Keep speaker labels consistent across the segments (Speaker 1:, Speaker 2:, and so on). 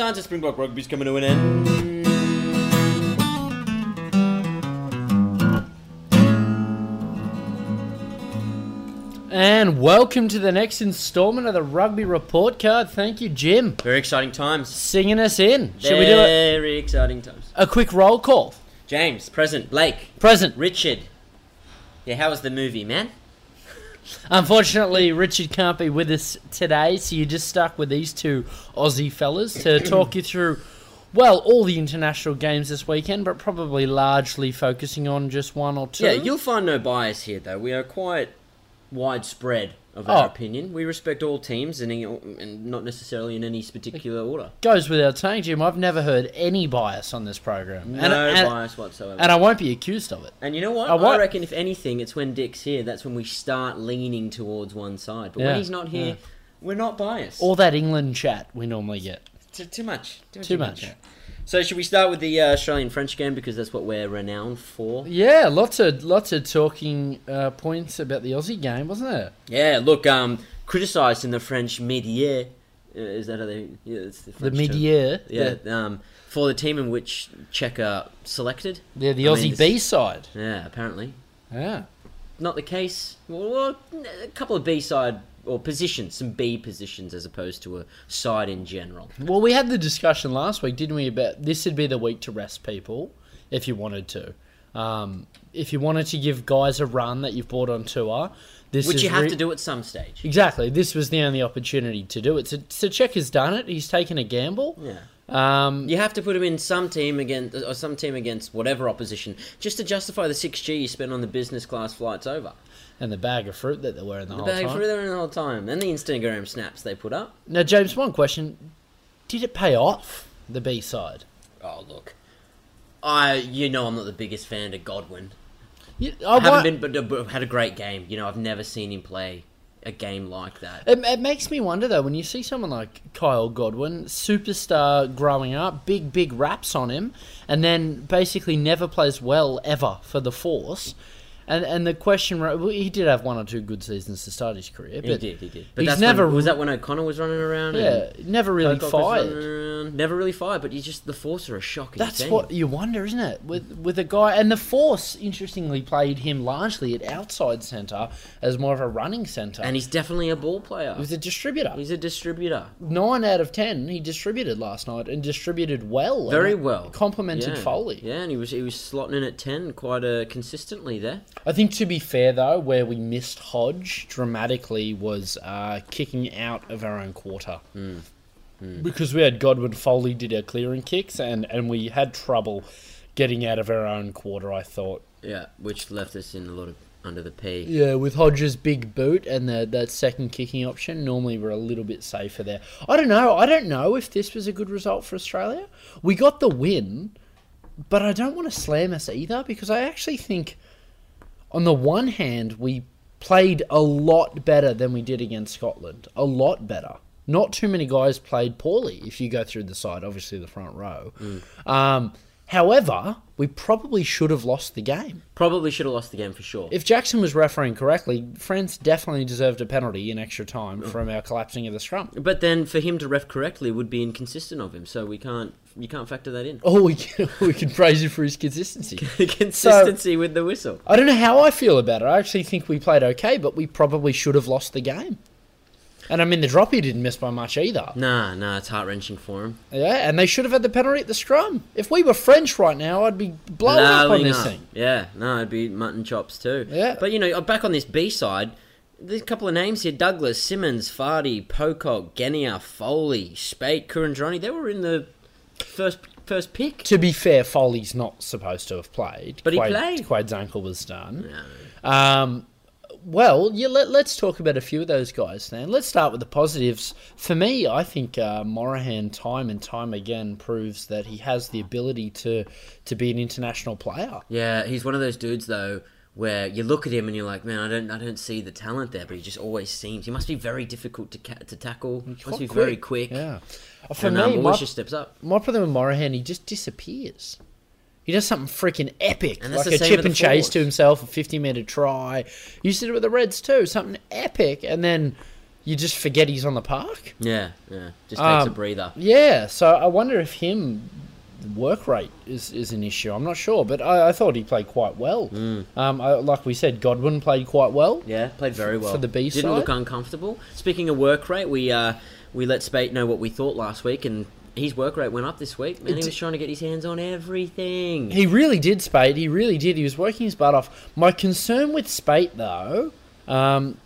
Speaker 1: on to Springbok Rugby's coming to an end.
Speaker 2: And welcome to the next installment of the Rugby Report Card. Thank you, Jim,
Speaker 1: Very exciting times.
Speaker 2: singing us in. Should we do a,
Speaker 1: Very exciting times.
Speaker 2: a quick roll call?
Speaker 1: James, present. Blake,
Speaker 2: Present.
Speaker 1: Richard. Yeah, how was the movie, man?
Speaker 2: Unfortunately, Richard can't be with us today, so you're just stuck with these two Aussie fellas to talk you through, well, all the international games this weekend, but probably largely focusing on just one or two.
Speaker 1: Yeah, you'll find no bias here, though. We are quite widespread of our
Speaker 2: Oh.
Speaker 1: opinion. We respect all teams and, and not necessarily in any particular order.
Speaker 2: Goes without saying, Jim, I've never heard any bias on this program.
Speaker 1: No
Speaker 2: and, and,
Speaker 1: bias whatsoever.
Speaker 2: and I won't be accused of it.
Speaker 1: And you know what?
Speaker 2: Uh, what?
Speaker 1: I reckon if anything, it's when Dick's here. That's when we start leaning towards one side. But
Speaker 2: Yeah,
Speaker 1: when he's not here,
Speaker 2: yeah.
Speaker 1: we're not biased.
Speaker 2: All that England chat we normally get.
Speaker 1: T- too much. Too,
Speaker 2: much.
Speaker 1: So should we start with the uh, Australian French game because that's what we're renowned for?
Speaker 2: Yeah, lots of lots of talking uh, points about the Aussie game, wasn't it?
Speaker 1: Yeah. Look, um, criticised in the French media. Uh, Is that how they? Yeah, it's the
Speaker 2: The
Speaker 1: French term.
Speaker 2: mid-year,
Speaker 1: Yeah.
Speaker 2: the,
Speaker 1: Um, for the team in which Checker selected.
Speaker 2: the, the
Speaker 1: I mean,
Speaker 2: Aussie
Speaker 1: it's-
Speaker 2: B side.
Speaker 1: Yeah. Apparently.
Speaker 2: Yeah,
Speaker 1: not the case. Well, well, a couple of B side or positions, some B positions as opposed to a side in general.
Speaker 2: Well, we had the discussion last week, didn't we? About this would be the week to rest people if you wanted to. Um, if you wanted to give guys a run that you've bought on tour, this
Speaker 1: Which
Speaker 2: is
Speaker 1: you have
Speaker 2: re-
Speaker 1: to do at some stage.
Speaker 2: Exactly. This was the only opportunity to do it. So, so Czech has done it. He's taken a gamble.
Speaker 1: Yeah.
Speaker 2: Um,
Speaker 1: You have to put him in some team against or some team against whatever opposition just to justify the six G you spent on the business class flights over.
Speaker 2: and the bag of fruit that they were in the,
Speaker 1: The
Speaker 2: whole
Speaker 1: bag
Speaker 2: time.
Speaker 1: for the whole time and the Instagram snaps they put up.
Speaker 2: Now, James, one question: Did it pay off the B side?
Speaker 1: Oh look, I you know I'm not the biggest fan of Godwin.
Speaker 2: You-
Speaker 1: I
Speaker 2: wa-
Speaker 1: haven't been, but, but had a great game. You know I've never seen him play a game like that.
Speaker 2: It, it makes me wonder though when you see someone like Kyle Godwin, superstar growing up, big big raps on him, and then basically never plays well ever for the Force. And and the question ri- well, he did have one or two good seasons to start his career, but
Speaker 1: he did, he did. But
Speaker 2: he's
Speaker 1: that's
Speaker 2: never
Speaker 1: when, was that when O'Connor was running around?
Speaker 2: yeah,
Speaker 1: and
Speaker 2: never really
Speaker 1: Pocock was running
Speaker 2: fired.
Speaker 1: around? Never really fired, but he's just the Force are a shocking
Speaker 2: That's
Speaker 1: team.
Speaker 2: what you wonder, isn't it? With with a guy and the Force interestingly played him largely at outside centre as more of a running centre.
Speaker 1: And he's definitely a ball player.
Speaker 2: he was a distributor.
Speaker 1: He's a distributor.
Speaker 2: nine out of ten he distributed last night and distributed well.
Speaker 1: Very
Speaker 2: and
Speaker 1: well.
Speaker 2: Complimented
Speaker 1: Yeah.
Speaker 2: Foley.
Speaker 1: Yeah, and he was he was slotting in at ten quite uh, consistently there.
Speaker 2: I think to be fair though, where we missed Hodge dramatically was uh, kicking out of our own quarter.
Speaker 1: Hmm.
Speaker 2: Because we had Godwin Foley did our clearing kicks and, and we had trouble getting out of our own quarter, I thought.
Speaker 1: Yeah, which left us in a lot of under the P.
Speaker 2: Yeah, with Hodges' big boot and the, that second kicking option, normally we're a little bit safer there. I don't know. I don't know if this was a good result for Australia. We got the win, but I don't want to slam us either because I actually think, on the one hand, we played a lot better than we did against Scotland. A lot better. Not too many guys played poorly if you go through the side, obviously the front row. Um, however, we probably should have lost the game.
Speaker 1: Probably should have lost the game for sure.
Speaker 2: If Jackson was refereeing correctly, France definitely deserved a penalty in extra time
Speaker 1: Oh.
Speaker 2: from our collapsing of the scrum.
Speaker 1: but then for him to ref correctly would be inconsistent of him, so we can't you can't factor that in.
Speaker 2: Oh, we can, we can praise him for his consistency.
Speaker 1: Consistency with the whistle.
Speaker 2: I don't know how I feel about it. I actually think we played okay, but we probably should have lost the game. And I mean, the droppy didn't miss by much either.
Speaker 1: Nah, nah, it's heart wrenching for him.
Speaker 2: Yeah, and they should have had the penalty at the scrum. If we were French right now, I'd be blowing up on
Speaker 1: Blowing
Speaker 2: this
Speaker 1: up.
Speaker 2: thing.
Speaker 1: Yeah, no, it'd be mutton chops too.
Speaker 2: Yeah.
Speaker 1: But you know, uh, back on this B side, there's a couple of names here: Douglas, Simmons, Fardy, Pocock, Genia, Foley, Spate, Kurandrani. They were in the first first pick.
Speaker 2: To be fair, Foley's not supposed to have played.
Speaker 1: But he
Speaker 2: Quaid-
Speaker 1: played.
Speaker 2: Quaid's ankle was done. Um, well, yeah, let, let's talk about a few of those guys then. Let's start with the positives. For me, I think uh, Morahan time and time again proves that he has the ability to, to be an international player.
Speaker 1: Yeah, he's one of those dudes though. Where you look at him and you're like, man, I don't, I don't see the talent there, but he just always seems. He must be very difficult to ca- to tackle. must be very quick.
Speaker 2: Yeah. Uh, For
Speaker 1: And um,
Speaker 2: me,
Speaker 1: always
Speaker 2: my,
Speaker 1: just steps up.
Speaker 2: my problem with Morahan, he just disappears. He does something freaking epic,
Speaker 1: And
Speaker 2: like
Speaker 1: that's
Speaker 2: a
Speaker 1: the same
Speaker 2: chip
Speaker 1: with the
Speaker 2: and chase
Speaker 1: forwards.
Speaker 2: to himself, a 50 metre try. You used to do it with the Reds too, something epic, and then you just forget he's on the park.
Speaker 1: Yeah, yeah. Just takes a
Speaker 2: Um,
Speaker 1: breather.
Speaker 2: Yeah, so I wonder if him the work rate is, is an issue. I'm not sure, but I, I thought he played quite well. Um, I, like we said, Godwin played quite well.
Speaker 1: Yeah, played very well
Speaker 2: for the B
Speaker 1: Didn't look
Speaker 2: side?
Speaker 1: uncomfortable. Speaking of work rate, we uh, we let Spate know what we thought last week, and his work rate went up this week. Man, he
Speaker 2: It-
Speaker 1: was trying to get his hands on everything.
Speaker 2: He really did, Spate. He really did. He was working his butt off. My concern with Spate, though, um,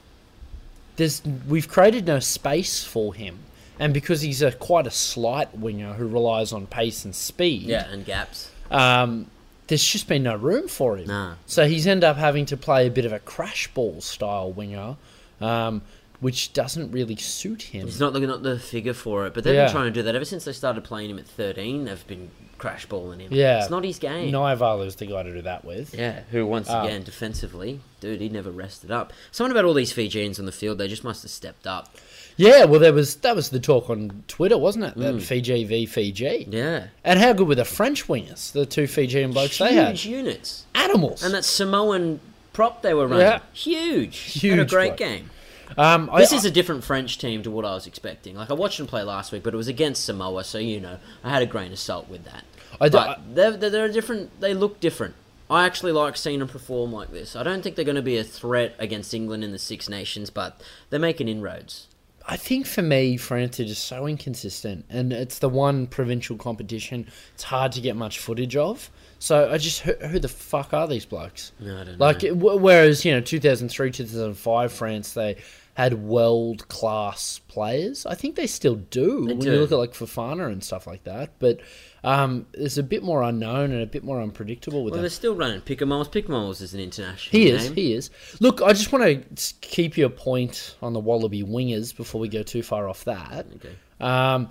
Speaker 2: there's we've created no space for him, and because he's a quite a slight winger who relies on pace and speed,
Speaker 1: yeah, and gaps.
Speaker 2: um, there's just been no room for him.
Speaker 1: Nah.
Speaker 2: So he's ended up having to play a bit of a crash ball style winger, um, which doesn't really suit him.
Speaker 1: He's not looking at the figure for it, but they've
Speaker 2: Yeah.
Speaker 1: been trying to do that ever since they started playing him at 13. They've been crash balling him.
Speaker 2: Yeah.
Speaker 1: It's not his game.
Speaker 2: Nivalu's the guy to do that with.
Speaker 1: Yeah, who once
Speaker 2: Ah.
Speaker 1: again defensively, dude, he never rested up. Something about all these Fijians on the field, they just must have stepped up.
Speaker 2: Yeah, well, there was that was the talk on Twitter, wasn't it?
Speaker 1: Mm.
Speaker 2: That Fiji v Fiji.
Speaker 1: Yeah,
Speaker 2: And how good were the French wingers, the two Fijian blokes they had?
Speaker 1: huge units,
Speaker 2: Animals.
Speaker 1: and that Samoan prop they were running,
Speaker 2: Yeah.
Speaker 1: huge, Had a
Speaker 2: Huge
Speaker 1: great
Speaker 2: bloke.
Speaker 1: game.
Speaker 2: um, I,
Speaker 1: This is a different French team to what I was expecting. Like I watched them play last week, but it was against Samoa, so you know I had a grain of salt with that.
Speaker 2: I do-
Speaker 1: but they're, they're, they're a different. They look different. I actually like seeing them perform like this. I don't think they're going to be a threat against England in the Six Nations, but they're making inroads.
Speaker 2: I think for me, France are just so inconsistent, and it's the one provincial competition it's hard to get much footage of. So I just who, who the fuck are these blokes?
Speaker 1: No, I don't
Speaker 2: Like
Speaker 1: know.
Speaker 2: w- whereas you know 2003, 2005 France they had world class players. I think they still do when
Speaker 1: do.
Speaker 2: you look at like Fafana and stuff like that. But um, there's a bit more unknown and a bit more unpredictable with
Speaker 1: Well,
Speaker 2: them.
Speaker 1: they're still running Picamoles. Picamoles is an international
Speaker 2: He
Speaker 1: name.
Speaker 2: is. He is. Look, I just want to keep your point on the Wallaby wingers before we go too far off that.
Speaker 1: Okay.
Speaker 2: Um,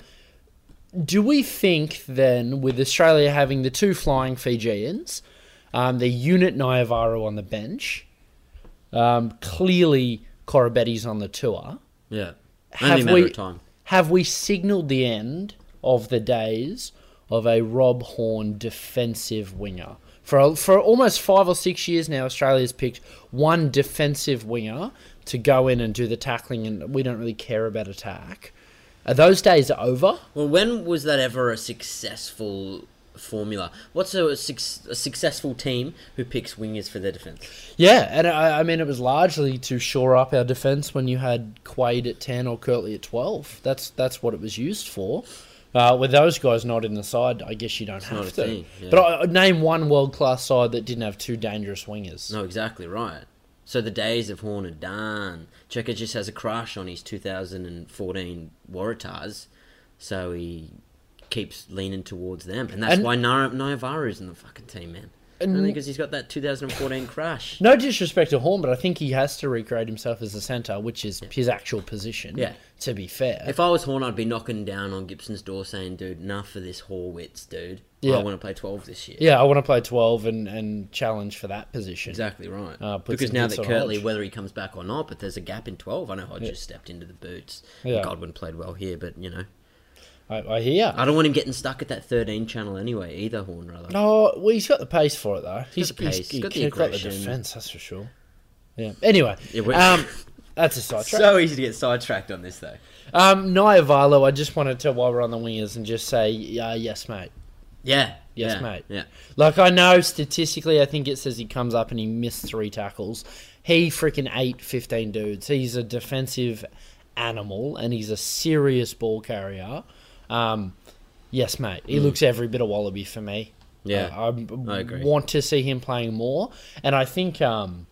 Speaker 2: do we think then, with Australia having the two flying Fijians, um, the unit Nayavaru on the bench, um, clearly Korobetti's on the tour,
Speaker 1: Yeah. Only a
Speaker 2: have
Speaker 1: matter
Speaker 2: we
Speaker 1: of time.
Speaker 2: have we signalled the end of the days of a Rob Horn defensive winger? For for almost five or six years now, Australia's picked one defensive winger to go in and do the tackling, and we don't really care about attack. Are those days over?
Speaker 1: Well, when was that ever a successful formula? What's a, suc- a successful team who picks wingers for their defense?
Speaker 2: Yeah, and I, I mean it was largely to shore up our defense when you had Quaid at ten or Kirtley at twelve. That's that's what it was used for. Uh, with those guys not in the side, I guess you don't have
Speaker 1: not a
Speaker 2: to.
Speaker 1: thing, yeah.
Speaker 2: But I, I- name one world class side that didn't have two dangerous wingers.
Speaker 1: No, exactly right. So the days of Horn and Done. Checker just has a crush on his 2014 Waratahs, so he keeps leaning towards them, and that's
Speaker 2: And-
Speaker 1: why Nara- Naivara's in the fucking team, man. Only because he's got that 2014 crush.
Speaker 2: No disrespect to Horn, but I think he has to recreate himself as a centre, which is his actual position.
Speaker 1: Yeah.
Speaker 2: To be fair,
Speaker 1: If I was Horn, I'd be knocking down on Gibson's door saying, dude, enough of this Horwitz, dude.
Speaker 2: Yeah.
Speaker 1: I want to play 12 this year.
Speaker 2: yeah, I want to play twelve and, and challenge for that position.
Speaker 1: Exactly right.
Speaker 2: Uh, puts
Speaker 1: because
Speaker 2: some
Speaker 1: now
Speaker 2: hits
Speaker 1: that
Speaker 2: on
Speaker 1: Curtly,
Speaker 2: Hodge.
Speaker 1: whether he comes back or not, but there's a gap in 12. I know Hodges stepped into the boots.
Speaker 2: Yeah.
Speaker 1: Godwin played well here, but, you know.
Speaker 2: I, I hear.
Speaker 1: I don't want him getting stuck at that 13 channel anyway, either, Horn, rather.
Speaker 2: No, well, he's got the pace for it though. He's,
Speaker 1: the pace,
Speaker 2: he's,
Speaker 1: he's
Speaker 2: he
Speaker 1: got
Speaker 2: got,
Speaker 1: the
Speaker 2: the got the
Speaker 1: aggression.
Speaker 2: defense, that's for sure. Yeah. Anyway,
Speaker 1: Yeah, we-
Speaker 2: um, that's a sidetrack.
Speaker 1: So easy to get sidetracked on this, though.
Speaker 2: um, Niavalo, I just wanted to while we're on the wingers and just say, uh, yes, mate.
Speaker 1: Yeah.
Speaker 2: Yes,
Speaker 1: yeah,
Speaker 2: mate. Uh,
Speaker 1: Yeah.
Speaker 2: Like I know statistically, I think it says he comes up and he missed three tackles. He freaking ate fifteen dudes. He's a defensive animal and he's a serious ball carrier. Um, yes, mate.
Speaker 1: Mm.
Speaker 2: He looks every bit of wallaby for me.
Speaker 1: Yeah,
Speaker 2: Uh, I, I,
Speaker 1: I agree.
Speaker 2: want to see him playing more, and I think um,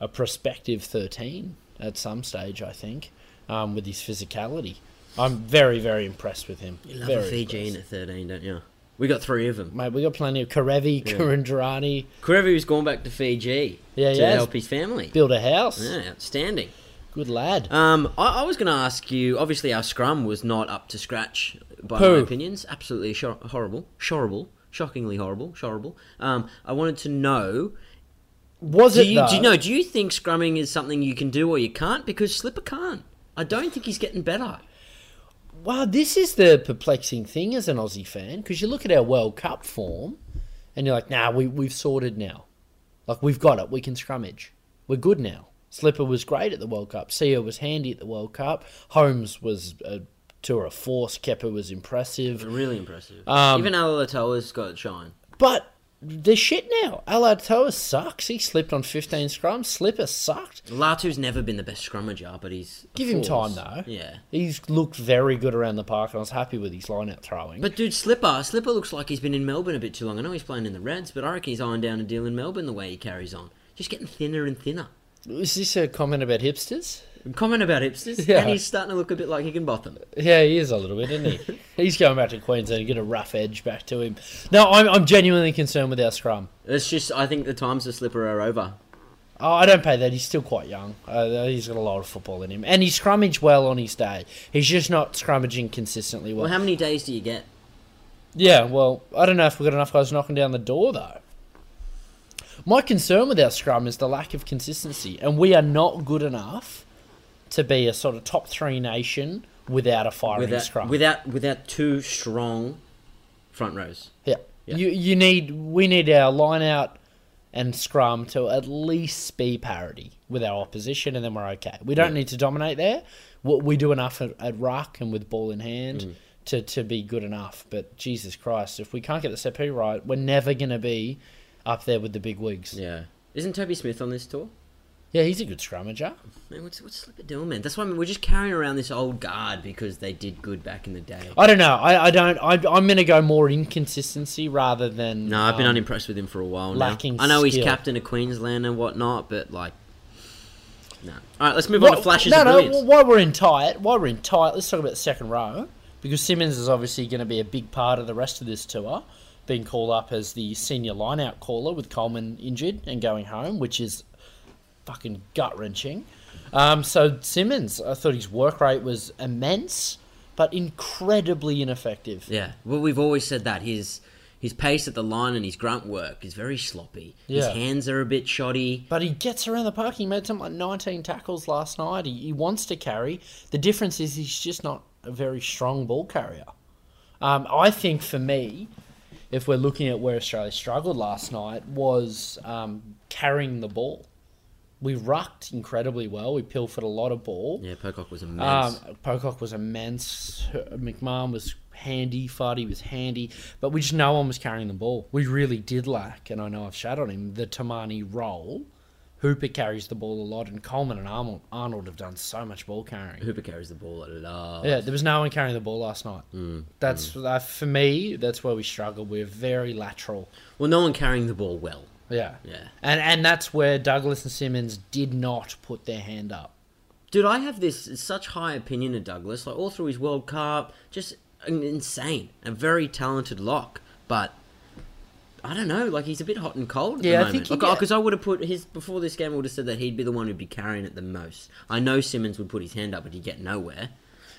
Speaker 2: a prospective thirteen at some stage. I think um, with his physicality, I'm very very impressed with him.
Speaker 1: You love
Speaker 2: very
Speaker 1: a Fiji
Speaker 2: impressed.
Speaker 1: in at 13, don't you? We got three of them.
Speaker 2: Mate, we got plenty of Karevi, Kurandrani.
Speaker 1: Karevi's gone back to Fiji
Speaker 2: Yeah,
Speaker 1: to
Speaker 2: he has.
Speaker 1: help his family.
Speaker 2: Build a house.
Speaker 1: Yeah, outstanding.
Speaker 2: Good lad.
Speaker 1: Um, I, I was going to ask you. Obviously, our scrum was not up to scratch, by my
Speaker 2: Poo.
Speaker 1: opinions. Absolutely shor- horrible, horrible, shockingly horrible, horrible. Um, I wanted to know.
Speaker 2: Was
Speaker 1: Do
Speaker 2: it
Speaker 1: you, do you
Speaker 2: though?
Speaker 1: know? Do you think scrumming is something you can do or you can't? Because Slipper can't. I don't think he's getting better.
Speaker 2: Wow, this is the perplexing thing as an Aussie fan because you look at our World Cup form, and you're like, nah, we we've sorted now. Like we've got it. We can scrummage. We're good now. Slipper was great at the World Cup. Sia was handy at the World Cup. Holmes was a tour of force. Kepper was impressive.
Speaker 1: Really impressive.
Speaker 2: Um,
Speaker 1: Even Alatoa's got shine.
Speaker 2: But they're shit now. Alatoa sucks. He slipped on 15 scrums. Slipper sucked.
Speaker 1: Latu's never been the best scrummer jar, but he's a
Speaker 2: Give him
Speaker 1: force.
Speaker 2: time, though.
Speaker 1: Yeah,
Speaker 2: He's looked very good around the park, and I was happy with his line out throwing.
Speaker 1: but dude, Slipper, Slipper looks like he's been in Melbourne a bit too long. I know he's playing in the Reds, but I reckon he's eyeing down a deal in Melbourne the way he carries on. Just getting thinner and thinner.
Speaker 2: Is this a comment about hipsters?
Speaker 1: Comment about hipsters,
Speaker 2: Yeah.
Speaker 1: and he's starting to look a bit like Higginbotham.
Speaker 2: Yeah, he is a little bit, isn't he? He's going back to Queensland and get a rough edge back to him. No, I'm, I'm genuinely concerned with our scrum.
Speaker 1: It's just, I think the times of Slipper are over.
Speaker 2: Oh, I don't pay that. He's still quite young. Uh, he's got a lot of football in him. And he scrummaged well on his day. He's just not scrummaging consistently well.
Speaker 1: Well, how many days do you get?
Speaker 2: Yeah, well, I don't know if we've got enough guys knocking down the door, though. My concern with our scrum is the lack of consistency, and we are not good enough to be a sort of top three nation without a firing
Speaker 1: Without,
Speaker 2: scrum.
Speaker 1: without, without two strong front rows.
Speaker 2: yeah.
Speaker 1: Yeah.
Speaker 2: You, you need we need our line out and scrum to at least be parity with our opposition, and then we're okay. We don't need to dominate there. We we do enough at, at ruck and with ball in hand
Speaker 1: Mm.
Speaker 2: to, to be good enough. But Jesus Christ, if we can't get the set P right, we're never going to be up there with the big wigs. Yeah,
Speaker 1: Yeah. Isn't Toby Smith on this tour?
Speaker 2: he's a good scrummager.
Speaker 1: Man, what's, what's Slipper doing, man? That's why I mean, we're just carrying around this old guard because they did good back in the day.
Speaker 2: I don't know. I, I don't. I, I'm going to go more inconsistency rather than.
Speaker 1: No, I've been
Speaker 2: um,
Speaker 1: unimpressed with him for a while now.
Speaker 2: lacking
Speaker 1: I know he's
Speaker 2: skill.
Speaker 1: captain of Queensland and whatnot, but like, no. All right, let's move on
Speaker 2: Well,
Speaker 1: to flashes
Speaker 2: No,
Speaker 1: of
Speaker 2: no.
Speaker 1: brilliance.
Speaker 2: well, While we're in tight, while we're in tight, let's talk about the second row because Simmons is obviously going to be a big part of the rest of this tour, being called up as the senior lineout caller with Coleman injured and going home, which is fucking gut wrenching. Um, so Simmons, I thought his work rate was immense, but incredibly ineffective.
Speaker 1: yeah, well, we've always said that his his pace at the line and his grunt work is very sloppy. His
Speaker 2: Yeah.
Speaker 1: hands are a bit shoddy.
Speaker 2: But he gets around the park. He made something like 19 tackles last night. He, he wants to carry. The difference is he's just not a very strong ball carrier. Um, I think for me, if we're looking at where Australia struggled last night, was um, carrying the ball. We rucked incredibly well. We pilfered a lot of ball.
Speaker 1: Yeah, Pocock was
Speaker 2: Um,
Speaker 1: immense.
Speaker 2: Pocock was immense. McMahon was handy. Fardy was handy. But we just no one was carrying the ball. We really did lack, and I know I've shat on him, the Tamani role. Hooper carries the ball a lot, and Coleman and Arnold, Arnold have done so much ball carrying.
Speaker 1: Hooper carries the ball a lot.
Speaker 2: Yeah, there was no one carrying the ball last night. that's uh, for me. That's where we struggle. We're very lateral.
Speaker 1: Well, no one carrying the ball well.
Speaker 2: Yeah,
Speaker 1: Yeah.
Speaker 2: and and that's where Douglas and Simmons did not put their hand up.
Speaker 1: Dude, I have this such high opinion of Douglas, like all through his World Cup, just an insane, a very talented lock. But I don't know, like he's a bit hot and cold at
Speaker 2: Yeah, I
Speaker 1: the
Speaker 2: think
Speaker 1: moment.
Speaker 2: he- yeah.
Speaker 1: Because I would have put his before this game, I would have said that he'd be the one who'd be carrying it the most. I know Simmons would put his hand up, but he'd get nowhere.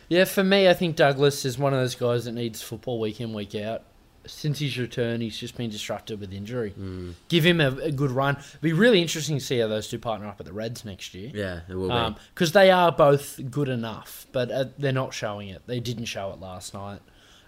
Speaker 2: Yeah, for me, I think Douglas is one of those guys that needs football week in, week out. Since his return, he's just been disrupted with injury.
Speaker 1: Mm.
Speaker 2: Give him a, a good run. Be really interesting to see how those two partner up at the Reds next year.
Speaker 1: Yeah, it will be.
Speaker 2: Because they are both good enough, but uh, they're not showing it. They didn't show it last night.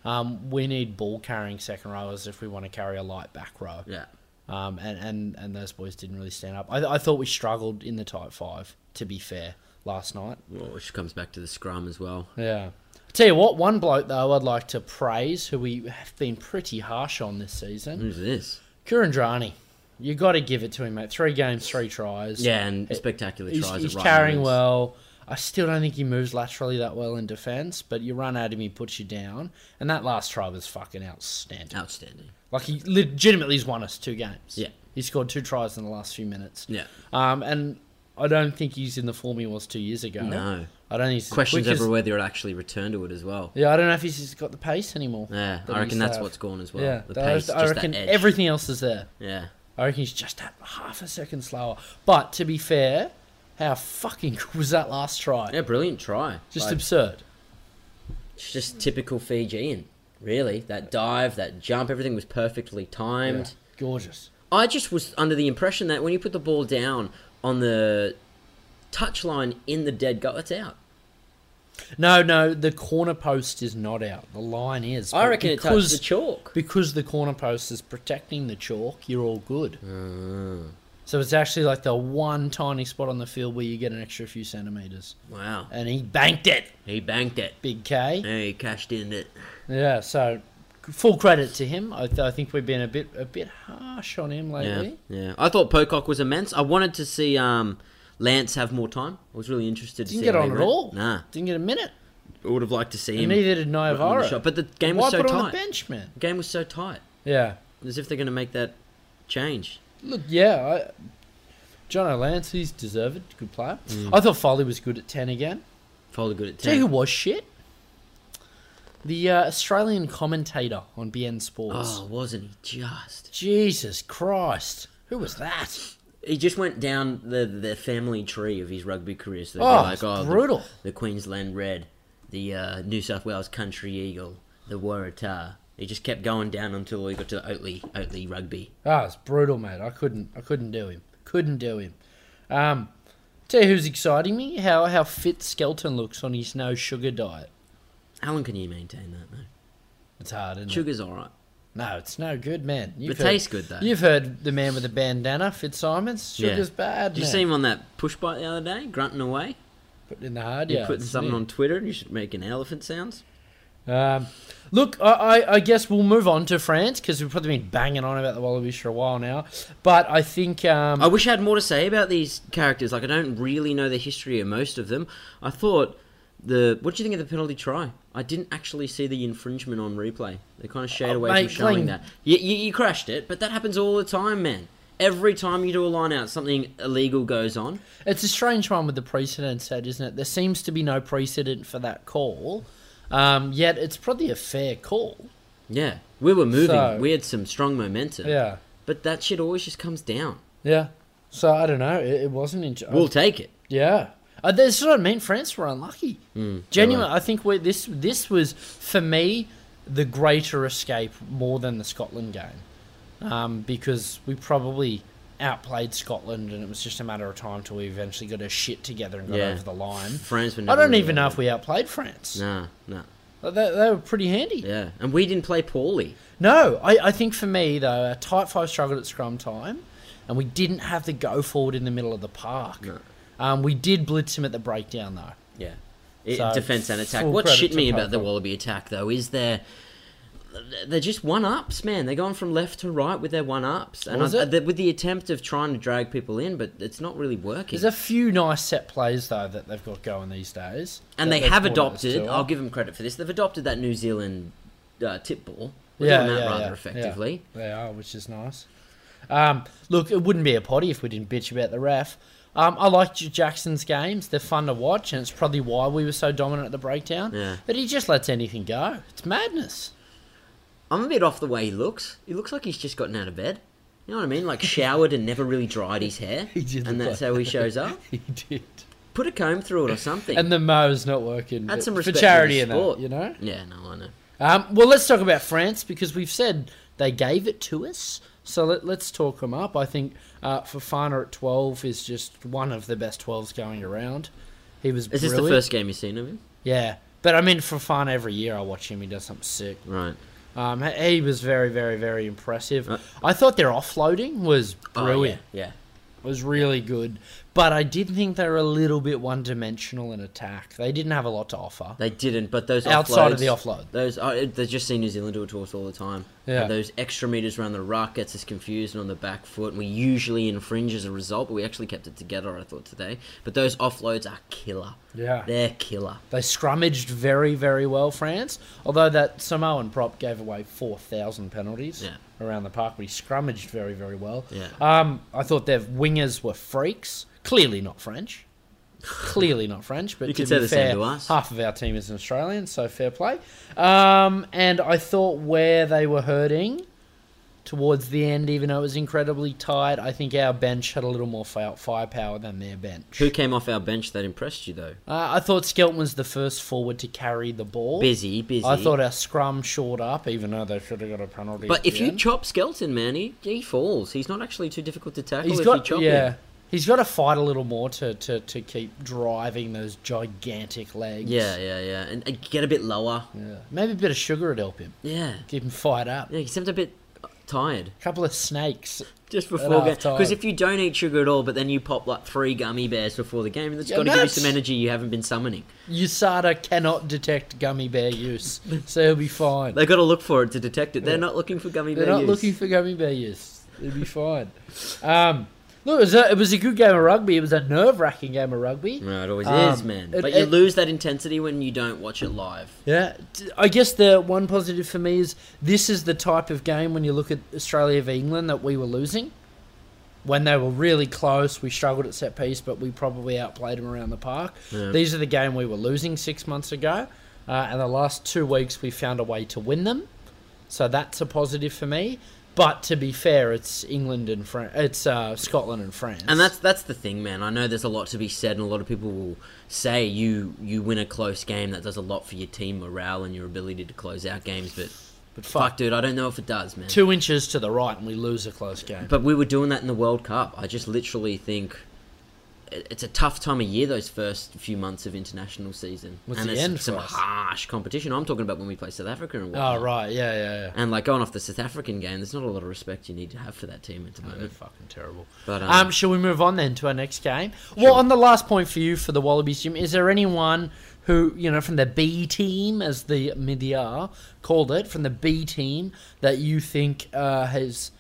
Speaker 2: Um, we need ball carrying second rowers if we want to carry a light back row.
Speaker 1: yeah,
Speaker 2: Um, and, and, and those boys didn't really stand up. I, I thought we struggled in the tight five, to be fair, last night.
Speaker 1: well, which comes back to the scrum as well.
Speaker 2: Yeah. Tell you what, one bloke though I'd like to praise who we have been pretty harsh on this season,
Speaker 1: Who's this?
Speaker 2: Kurandrani. You got to give it to him, mate. Three games, three tries.
Speaker 1: Yeah, and spectacular
Speaker 2: he's,
Speaker 1: tries.
Speaker 2: he's
Speaker 1: at right
Speaker 2: carrying
Speaker 1: moments.
Speaker 2: well. I still don't think he moves laterally that well in defence, but you run at him, he puts you down, and that last try was fucking outstanding.
Speaker 1: Outstanding.
Speaker 2: Like he legitimately has won us two games.
Speaker 1: Yeah.
Speaker 2: he scored two tries in the last few minutes.
Speaker 1: Yeah.
Speaker 2: um, and I don't think he's in the form he was two years ago.
Speaker 1: No.
Speaker 2: I don't think he's as
Speaker 1: Questions
Speaker 2: quick as-
Speaker 1: over whether it actually return to it as well.
Speaker 2: yeah, I don't know if he's he's got the pace anymore.
Speaker 1: Yeah,
Speaker 2: that
Speaker 1: I
Speaker 2: he
Speaker 1: reckon
Speaker 2: used to
Speaker 1: that's
Speaker 2: have.
Speaker 1: what's gone as well.
Speaker 2: yeah,
Speaker 1: the
Speaker 2: that-
Speaker 1: pace,
Speaker 2: I
Speaker 1: just
Speaker 2: reckon
Speaker 1: that edge.
Speaker 2: everything else is there.
Speaker 1: Yeah.
Speaker 2: I reckon he's just that half a second slower. But to be fair, how fucking good was that last try?
Speaker 1: Yeah, brilliant try.
Speaker 2: Just
Speaker 1: Like,
Speaker 2: absurd.
Speaker 1: it's just typical Fijian, really. That dive, that jump, everything was perfectly timed.
Speaker 2: Gorgeous.
Speaker 1: I just was under the impression that when you put the ball down on the touchline in the dead goal, it's out.
Speaker 2: No, no, the corner post is not out. The line is.
Speaker 1: I
Speaker 2: but
Speaker 1: reckon it touched the chalk. Ah.
Speaker 2: because the corner post is protecting the chalk. You're all good. So it's actually like the one tiny spot on the field where you get an extra few centimeters.
Speaker 1: Wow.
Speaker 2: And he banked it,
Speaker 1: He banked it.
Speaker 2: big K.
Speaker 1: He cashed in it.
Speaker 2: Yeah, so full credit to him. I, th- I think we've been a bit a bit harsh on him
Speaker 1: Yeah.
Speaker 2: lately.
Speaker 1: Yeah. I thought Pocock was immense. I wanted to see um, Lance have more time. I was really interested to
Speaker 2: Didn't
Speaker 1: see
Speaker 2: get
Speaker 1: how
Speaker 2: on
Speaker 1: he
Speaker 2: at
Speaker 1: ran.
Speaker 2: all.
Speaker 1: Nah.
Speaker 2: Didn't get a minute.
Speaker 1: I would have liked to see
Speaker 2: And
Speaker 1: him.
Speaker 2: neither
Speaker 1: on
Speaker 2: did
Speaker 1: the
Speaker 2: Naivara.
Speaker 1: shot. But the game was
Speaker 2: Why
Speaker 1: so
Speaker 2: put on the
Speaker 1: tight.
Speaker 2: bench, man?
Speaker 1: The game was so tight.
Speaker 2: Yeah.
Speaker 1: As if they're going to make that change.
Speaker 2: Look, yeah, I, John O'Lance, he's deserved. Good player.
Speaker 1: Mm.
Speaker 2: I thought Foley was good at 10 again.
Speaker 1: Foley good at
Speaker 2: Tell you who
Speaker 1: 10.
Speaker 2: was shit? The uh, Australian commentator on BN Sports.
Speaker 1: Oh, wasn't he just?
Speaker 2: Jesus Christ. Who was that?
Speaker 1: He just went down the, the family tree of his rugby career. So they'd
Speaker 2: Oh,
Speaker 1: be like,
Speaker 2: it's
Speaker 1: oh, the-
Speaker 2: brutal.
Speaker 1: The, Queensland Red, the uh, New South Wales Country Eagle, the Waratah. He just kept going down until he got to Oatley, Oatley Rugby.
Speaker 2: Ah, it's brutal, mate. I couldn't, I couldn't do him. Couldn't do him. Um, tell you who's exciting me? How how fit Skelton looks on his no sugar diet.
Speaker 1: How long can you maintain that, though?
Speaker 2: It's hard, isn't it?
Speaker 1: Sugar's all right.
Speaker 2: No, it's no good, man. You've
Speaker 1: It tastes good, though.
Speaker 2: You've heard the man with the bandana, Fitzsimons.
Speaker 1: Yeah.
Speaker 2: Sugar's bad.
Speaker 1: Did you
Speaker 2: man.
Speaker 1: see him on that push bike the other day, grunting away?
Speaker 2: Putting in the hard
Speaker 1: You're
Speaker 2: yards,
Speaker 1: putting something
Speaker 2: yeah.
Speaker 1: on Twitter and you should make an elephant sounds?
Speaker 2: Um, look, I, I, I guess we'll move on to France because we've probably been banging on about the Wallabies for a while now. But I think um,
Speaker 1: I wish I had more to say about these characters. Like, I don't really know the history of most of them. I thought the. What do you think of the penalty try? I didn't actually see the infringement on replay. They kind of shade away
Speaker 2: Oh, mate,
Speaker 1: from showing
Speaker 2: Glenn-
Speaker 1: that. You, you, you crashed it, but that happens all the time, man. Every time you do a line out, something illegal goes on.
Speaker 2: it's a strange one with the precedent set, isn't it? There seems to be no precedent for that call, um, yet it's probably a fair call.
Speaker 1: Yeah. We were moving.
Speaker 2: So-
Speaker 1: we had some strong momentum.
Speaker 2: Yeah,
Speaker 1: But that shit always just comes down.
Speaker 2: yeah. So I don't know. It, it wasn't. In-
Speaker 1: We'll take it.
Speaker 2: Yeah. Uh, that's what I mean. France were unlucky.
Speaker 1: Hmm.
Speaker 2: Genuinely, I think we this this was for me the greater escape more than the Scotland game, um, because we probably outplayed Scotland, and it was just a matter of time till we eventually got our shit together and got
Speaker 1: Yeah.
Speaker 2: over the line.
Speaker 1: France were
Speaker 2: I
Speaker 1: never
Speaker 2: don't
Speaker 1: really
Speaker 2: even know
Speaker 1: out.
Speaker 2: if we outplayed France.
Speaker 1: Nah, nah.
Speaker 2: But They, they were pretty handy.
Speaker 1: Yeah. And we didn't play poorly.
Speaker 2: No, I, I think for me though, a tight five struggled at scrum time, and we didn't have the go forward in the middle of the park.
Speaker 1: No.
Speaker 2: Um, we did blitz him at the breakdown though.
Speaker 1: Yeah. It,
Speaker 2: So,
Speaker 1: defense and attack.
Speaker 2: full
Speaker 1: What
Speaker 2: credit
Speaker 1: shit
Speaker 2: to
Speaker 1: me about the
Speaker 2: Parker.
Speaker 1: Wallaby attack though is they're they're just one ups, man. They're going from left to right with their one ups, and
Speaker 2: Was
Speaker 1: I,
Speaker 2: it?
Speaker 1: the- with the attempt of trying to drag people in, but it's not really working.
Speaker 2: There's a few nice set plays though that they've got going these days.
Speaker 1: and
Speaker 2: that
Speaker 1: they
Speaker 2: they've
Speaker 1: have
Speaker 2: brought us
Speaker 1: adopted.
Speaker 2: to.
Speaker 1: I'll give them credit for this. They've adopted that New Zealand uh, tip ball. We're doing that rather effectively.
Speaker 2: Yeah, they are, which is nice. Um, look, it wouldn't be a potty if we didn't bitch about the ref. Um, I like J- Jackson's games; they're fun to watch, and it's probably why we were so dominant at the breakdown.
Speaker 1: Yeah.
Speaker 2: But he just lets anything go. It's madness.
Speaker 1: I'm a bit off the way he looks. He looks like he's just gotten out of bed. You know what I mean? Like showered and never really dried his hair,
Speaker 2: He did
Speaker 1: and
Speaker 2: look
Speaker 1: that's
Speaker 2: like
Speaker 1: how he shows up.
Speaker 2: He did.
Speaker 1: Put a comb through it or something.
Speaker 2: And the mow's not working.
Speaker 1: Add
Speaker 2: but-
Speaker 1: some
Speaker 2: for
Speaker 1: respect to the
Speaker 2: charity and that,
Speaker 1: sport.
Speaker 2: you know.
Speaker 1: yeah, no, I know.
Speaker 2: Um, well, let's talk about France because we've said they gave it to us. So let, let's talk them up. I think uh, Fafana at 12 is just one of the best 12s going around. He was
Speaker 1: Is this
Speaker 2: brilliant.
Speaker 1: the first game you've seen of him?
Speaker 2: Yeah. But I mean, Fafana every year I watch him. He does something sick.
Speaker 1: Right.
Speaker 2: Um, he- he was very, very, very impressive.
Speaker 1: Uh,
Speaker 2: I thought their offloading was
Speaker 1: Oh,
Speaker 2: brilliant.
Speaker 1: yeah. yeah.
Speaker 2: was really good. But I did think they were a little bit one dimensional in attack. They didn't have a lot to offer.
Speaker 1: They didn't, but those
Speaker 2: Outside
Speaker 1: offloads,
Speaker 2: of the offload.
Speaker 1: those I they just see New Zealand do it to us all the time.
Speaker 2: Yeah.
Speaker 1: And those extra meters around the ruck gets us confused and on the back foot, and we usually infringe as a result. But we actually kept it together, I thought today. But those offloads are killer.
Speaker 2: Yeah.
Speaker 1: They're killer.
Speaker 2: They scrummaged very, very well, France. Although that Samoan prop gave away 4,000 penalties
Speaker 1: Yeah.
Speaker 2: around the park, but he scrummaged very, very well.
Speaker 1: Yeah.
Speaker 2: Um, I thought their wingers were freaks. Clearly not French. Clearly not French, but
Speaker 1: You
Speaker 2: to
Speaker 1: could say
Speaker 2: be
Speaker 1: the same
Speaker 2: fair,
Speaker 1: to us.
Speaker 2: half of our team is an Australian, so fair play. Um, and I thought where they were hurting towards the end, even though it was incredibly tight, I think our bench had a little more fi- firepower than their bench.
Speaker 1: Who came off our bench that impressed you though?
Speaker 2: Uh, I thought Skelton was the first forward to carry the ball.
Speaker 1: Busy, busy.
Speaker 2: Oh, I thought our scrum short up, even though they should have got a penalty. at
Speaker 1: But if
Speaker 2: the
Speaker 1: you
Speaker 2: end.
Speaker 1: chop Skelton, man, he, he falls. He's not actually too difficult to tackle
Speaker 2: he's
Speaker 1: if you
Speaker 2: got
Speaker 1: chop
Speaker 2: yeah,
Speaker 1: him.
Speaker 2: he's got to fight a little more to, to, to keep driving those gigantic legs.
Speaker 1: Yeah, yeah, yeah. And uh, get a bit lower.
Speaker 2: Yeah. maybe a bit of sugar would help him
Speaker 1: Yeah.
Speaker 2: keep him fired up.
Speaker 1: Yeah, he seemed a bit uh, tired
Speaker 2: couple of snakes.
Speaker 1: just before game.
Speaker 2: halftime.
Speaker 1: Because if you don't eat sugar at all, but then you pop like three gummy bears before the game, that's
Speaker 2: Yeah,
Speaker 1: got to give you
Speaker 2: that's-
Speaker 1: some energy you haven't been summoning.
Speaker 2: USADA cannot detect gummy bear use, so he'll be fine.
Speaker 1: They got to look for it to detect it. They're
Speaker 2: Yeah.
Speaker 1: not looking for gummy
Speaker 2: They're
Speaker 1: bear
Speaker 2: not
Speaker 1: use.
Speaker 2: looking for gummy bear use. It'd be fine. Um, look, it was, a, it was a good game of rugby. It was a nerve wracking game of rugby.
Speaker 1: No, it always
Speaker 2: Um,
Speaker 1: is, man.
Speaker 2: it-
Speaker 1: but you
Speaker 2: it-
Speaker 1: lose that intensity when you don't watch it live.
Speaker 2: Yeah, t- I guess the one positive for me is this is the type of game when you look at Australia v England that we were losing. When they were really close, we struggled at set piece, but we probably outplayed them around the park.
Speaker 1: Yeah.
Speaker 2: These are the game we were losing six months ago, uh, and the last two weeks we found a way to win them, so that's a positive for me. But to be fair, it's England and Fran- it's uh, Scotland and France,
Speaker 1: And that's that's the thing, man. I know there's a lot to be said, and a lot of people will say you you win a close game that does a lot for your team morale and your ability to close out games. But
Speaker 2: but
Speaker 1: fuck,
Speaker 2: fuck,
Speaker 1: dude, I don't know if it does, man.
Speaker 2: two inches to the right, and we lose a close game.
Speaker 1: But we were doing that in the World Cup. I just literally think it- it's a tough time of year those first few months of international season,
Speaker 2: What's
Speaker 1: and
Speaker 2: the
Speaker 1: there's
Speaker 2: end
Speaker 1: some
Speaker 2: for us?
Speaker 1: harsh competition. I'm talking about when we play South Africa and
Speaker 2: Oh
Speaker 1: whatnot.
Speaker 2: right, yeah, yeah, yeah.
Speaker 1: And like going off the South African game, there's not a lot of respect you need to have for that team at the
Speaker 2: They're
Speaker 1: moment.
Speaker 2: fucking terrible.
Speaker 1: But um,
Speaker 2: Um, shall we move on then to our next game? Well, on the last point for you for the Wallabies, Jim, is there anyone who, you know, from the B team, as the media called it, from the B team, that you think uh, has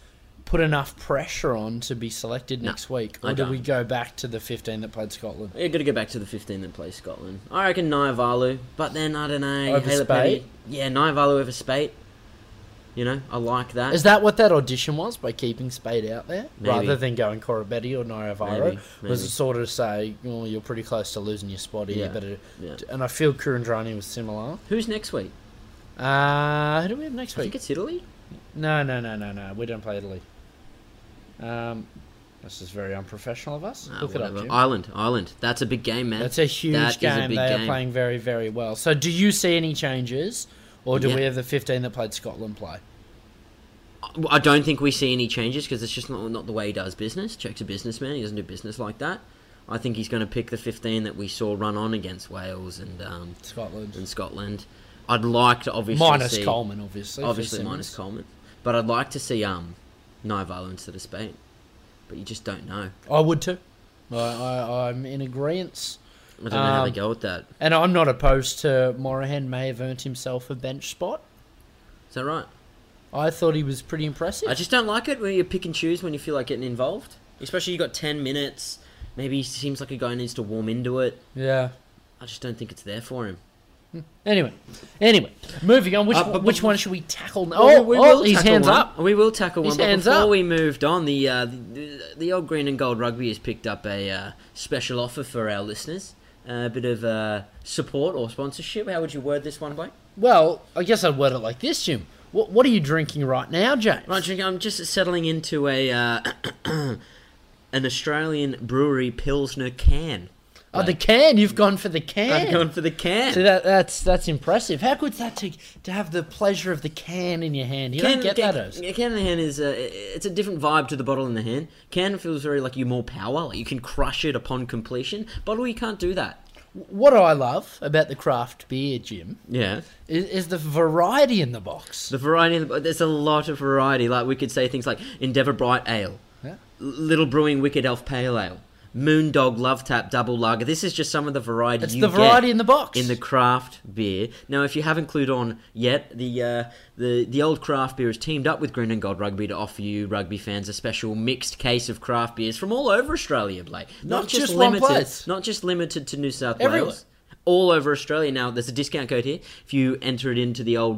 Speaker 2: put enough pressure on to be selected
Speaker 1: No,
Speaker 2: next week?
Speaker 1: I
Speaker 2: Or do
Speaker 1: don't.
Speaker 2: we go back to the 15 that played Scotland?
Speaker 1: You're gonna go back to the 15 that play Scotland. I reckon Niavalu, but then I don't know.
Speaker 2: Over
Speaker 1: Haley
Speaker 2: Spate?
Speaker 1: Petty- Yeah, Niavalu over Spate. You know, I like that.
Speaker 2: Is that what that audition was by keeping Spade out there?
Speaker 1: Maybe.
Speaker 2: Rather than going Corabetti or Naravaro?
Speaker 1: Maybe,
Speaker 2: Was
Speaker 1: maybe.
Speaker 2: it sort of say, well, you're pretty close to losing your spot here,
Speaker 1: Yeah,
Speaker 2: but it,
Speaker 1: yeah.
Speaker 2: and I feel Kurandrani was similar.
Speaker 1: Who's next week?
Speaker 2: Uh, who do we have next
Speaker 1: I think
Speaker 2: week?
Speaker 1: it's Italy.
Speaker 2: No, no, no, no, no. We don't play Italy. Um, this is very unprofessional of us.
Speaker 1: Ah,
Speaker 2: Look it up,
Speaker 1: whatever.
Speaker 2: Jim.
Speaker 1: Ireland, Ireland. That's a big game, man.
Speaker 2: That's a huge
Speaker 1: That is a
Speaker 2: game.
Speaker 1: big
Speaker 2: they are
Speaker 1: game.
Speaker 2: playing very, very well. So, do you see any changes, or do
Speaker 1: Yeah.
Speaker 2: we have the 15 that played Scotland play?
Speaker 1: I- I don't think we see any changes because it's just not not the way he does business. Czech's a businessman. He doesn't do business like that. I think he's going to pick the 15 that we saw run on against Wales and um,
Speaker 2: Scotland.
Speaker 1: and Scotland. I'd like to obviously
Speaker 2: Minus
Speaker 1: see,
Speaker 2: Coleman, obviously. for
Speaker 1: obviously minus
Speaker 2: Simmons.
Speaker 1: Coleman, but I'd like to see um, Nivalu instead of Spate. But you just don't know.
Speaker 2: I would too. I, I, I'm in agreement.
Speaker 1: I don't know how they
Speaker 2: Um,
Speaker 1: go with that.
Speaker 2: And I'm not opposed to Morahan may have earned himself a bench spot.
Speaker 1: Is that right?
Speaker 2: I thought he was pretty impressive.
Speaker 1: I just don't like it when you pick and choose when you feel like getting involved. Especially you got ten minutes. Maybe he seems like a guy who needs to warm into it.
Speaker 2: yeah.
Speaker 1: I just don't think it's there for him.
Speaker 2: Anyway, anyway, moving on. Which
Speaker 1: Uh, but-
Speaker 2: which
Speaker 1: but-
Speaker 2: one should we tackle? now?
Speaker 1: Well,
Speaker 2: Oh, oh, his
Speaker 1: tackle
Speaker 2: hands
Speaker 1: one.
Speaker 2: up.
Speaker 1: We will tackle
Speaker 2: His
Speaker 1: one. But
Speaker 2: hands
Speaker 1: before
Speaker 2: up.
Speaker 1: we moved on, the, uh, the the old green and gold rugby has picked up a uh, special offer for our listeners. a bit of uh, support or sponsorship. How would you word this one, Blake?
Speaker 2: Well, I guess I'd word it like this, Jim. What what are you drinking right now, James?
Speaker 1: Right, Jink, I'm just settling into a uh, an Australian brewery pilsner can.
Speaker 2: oh, the can. You've gone for the can.
Speaker 1: I've gone for the can.
Speaker 2: See that that's that's impressive. How good's that to to have the pleasure of the can in your hand? You
Speaker 1: Can,
Speaker 2: don't get
Speaker 1: can,
Speaker 2: that. Oz.
Speaker 1: yeah, can in the hand is a, it's a different vibe to the bottle in the hand. Can feels very like you more power, like you can crush it upon completion. Bottle you can't do that.
Speaker 2: What I love about the craft beer, Jim,
Speaker 1: Yeah.
Speaker 2: is, is the variety in the box.
Speaker 1: The variety, in the- there's a lot of variety. Like we could say things like Endeavour Bright Ale,
Speaker 2: Yeah.
Speaker 1: L- Little Brewing Wicked Elf Pale Ale, Moondog Love Tap Double Lager. This is just some of the variety
Speaker 2: It's
Speaker 1: you
Speaker 2: the
Speaker 1: get
Speaker 2: variety in the box.
Speaker 1: in the craft beer. Now, if you haven't clued on yet, the uh, the the old craft beer has teamed up with Green and Gold Rugby to offer you rugby fans a special mixed case of craft beers from all over Australia, Blake. Not,
Speaker 2: Not just one
Speaker 1: limited,
Speaker 2: place.
Speaker 1: not just limited to New South
Speaker 2: Everywhere.
Speaker 1: Wales. All over Australia now. There's a discount code here. If you enter it into the old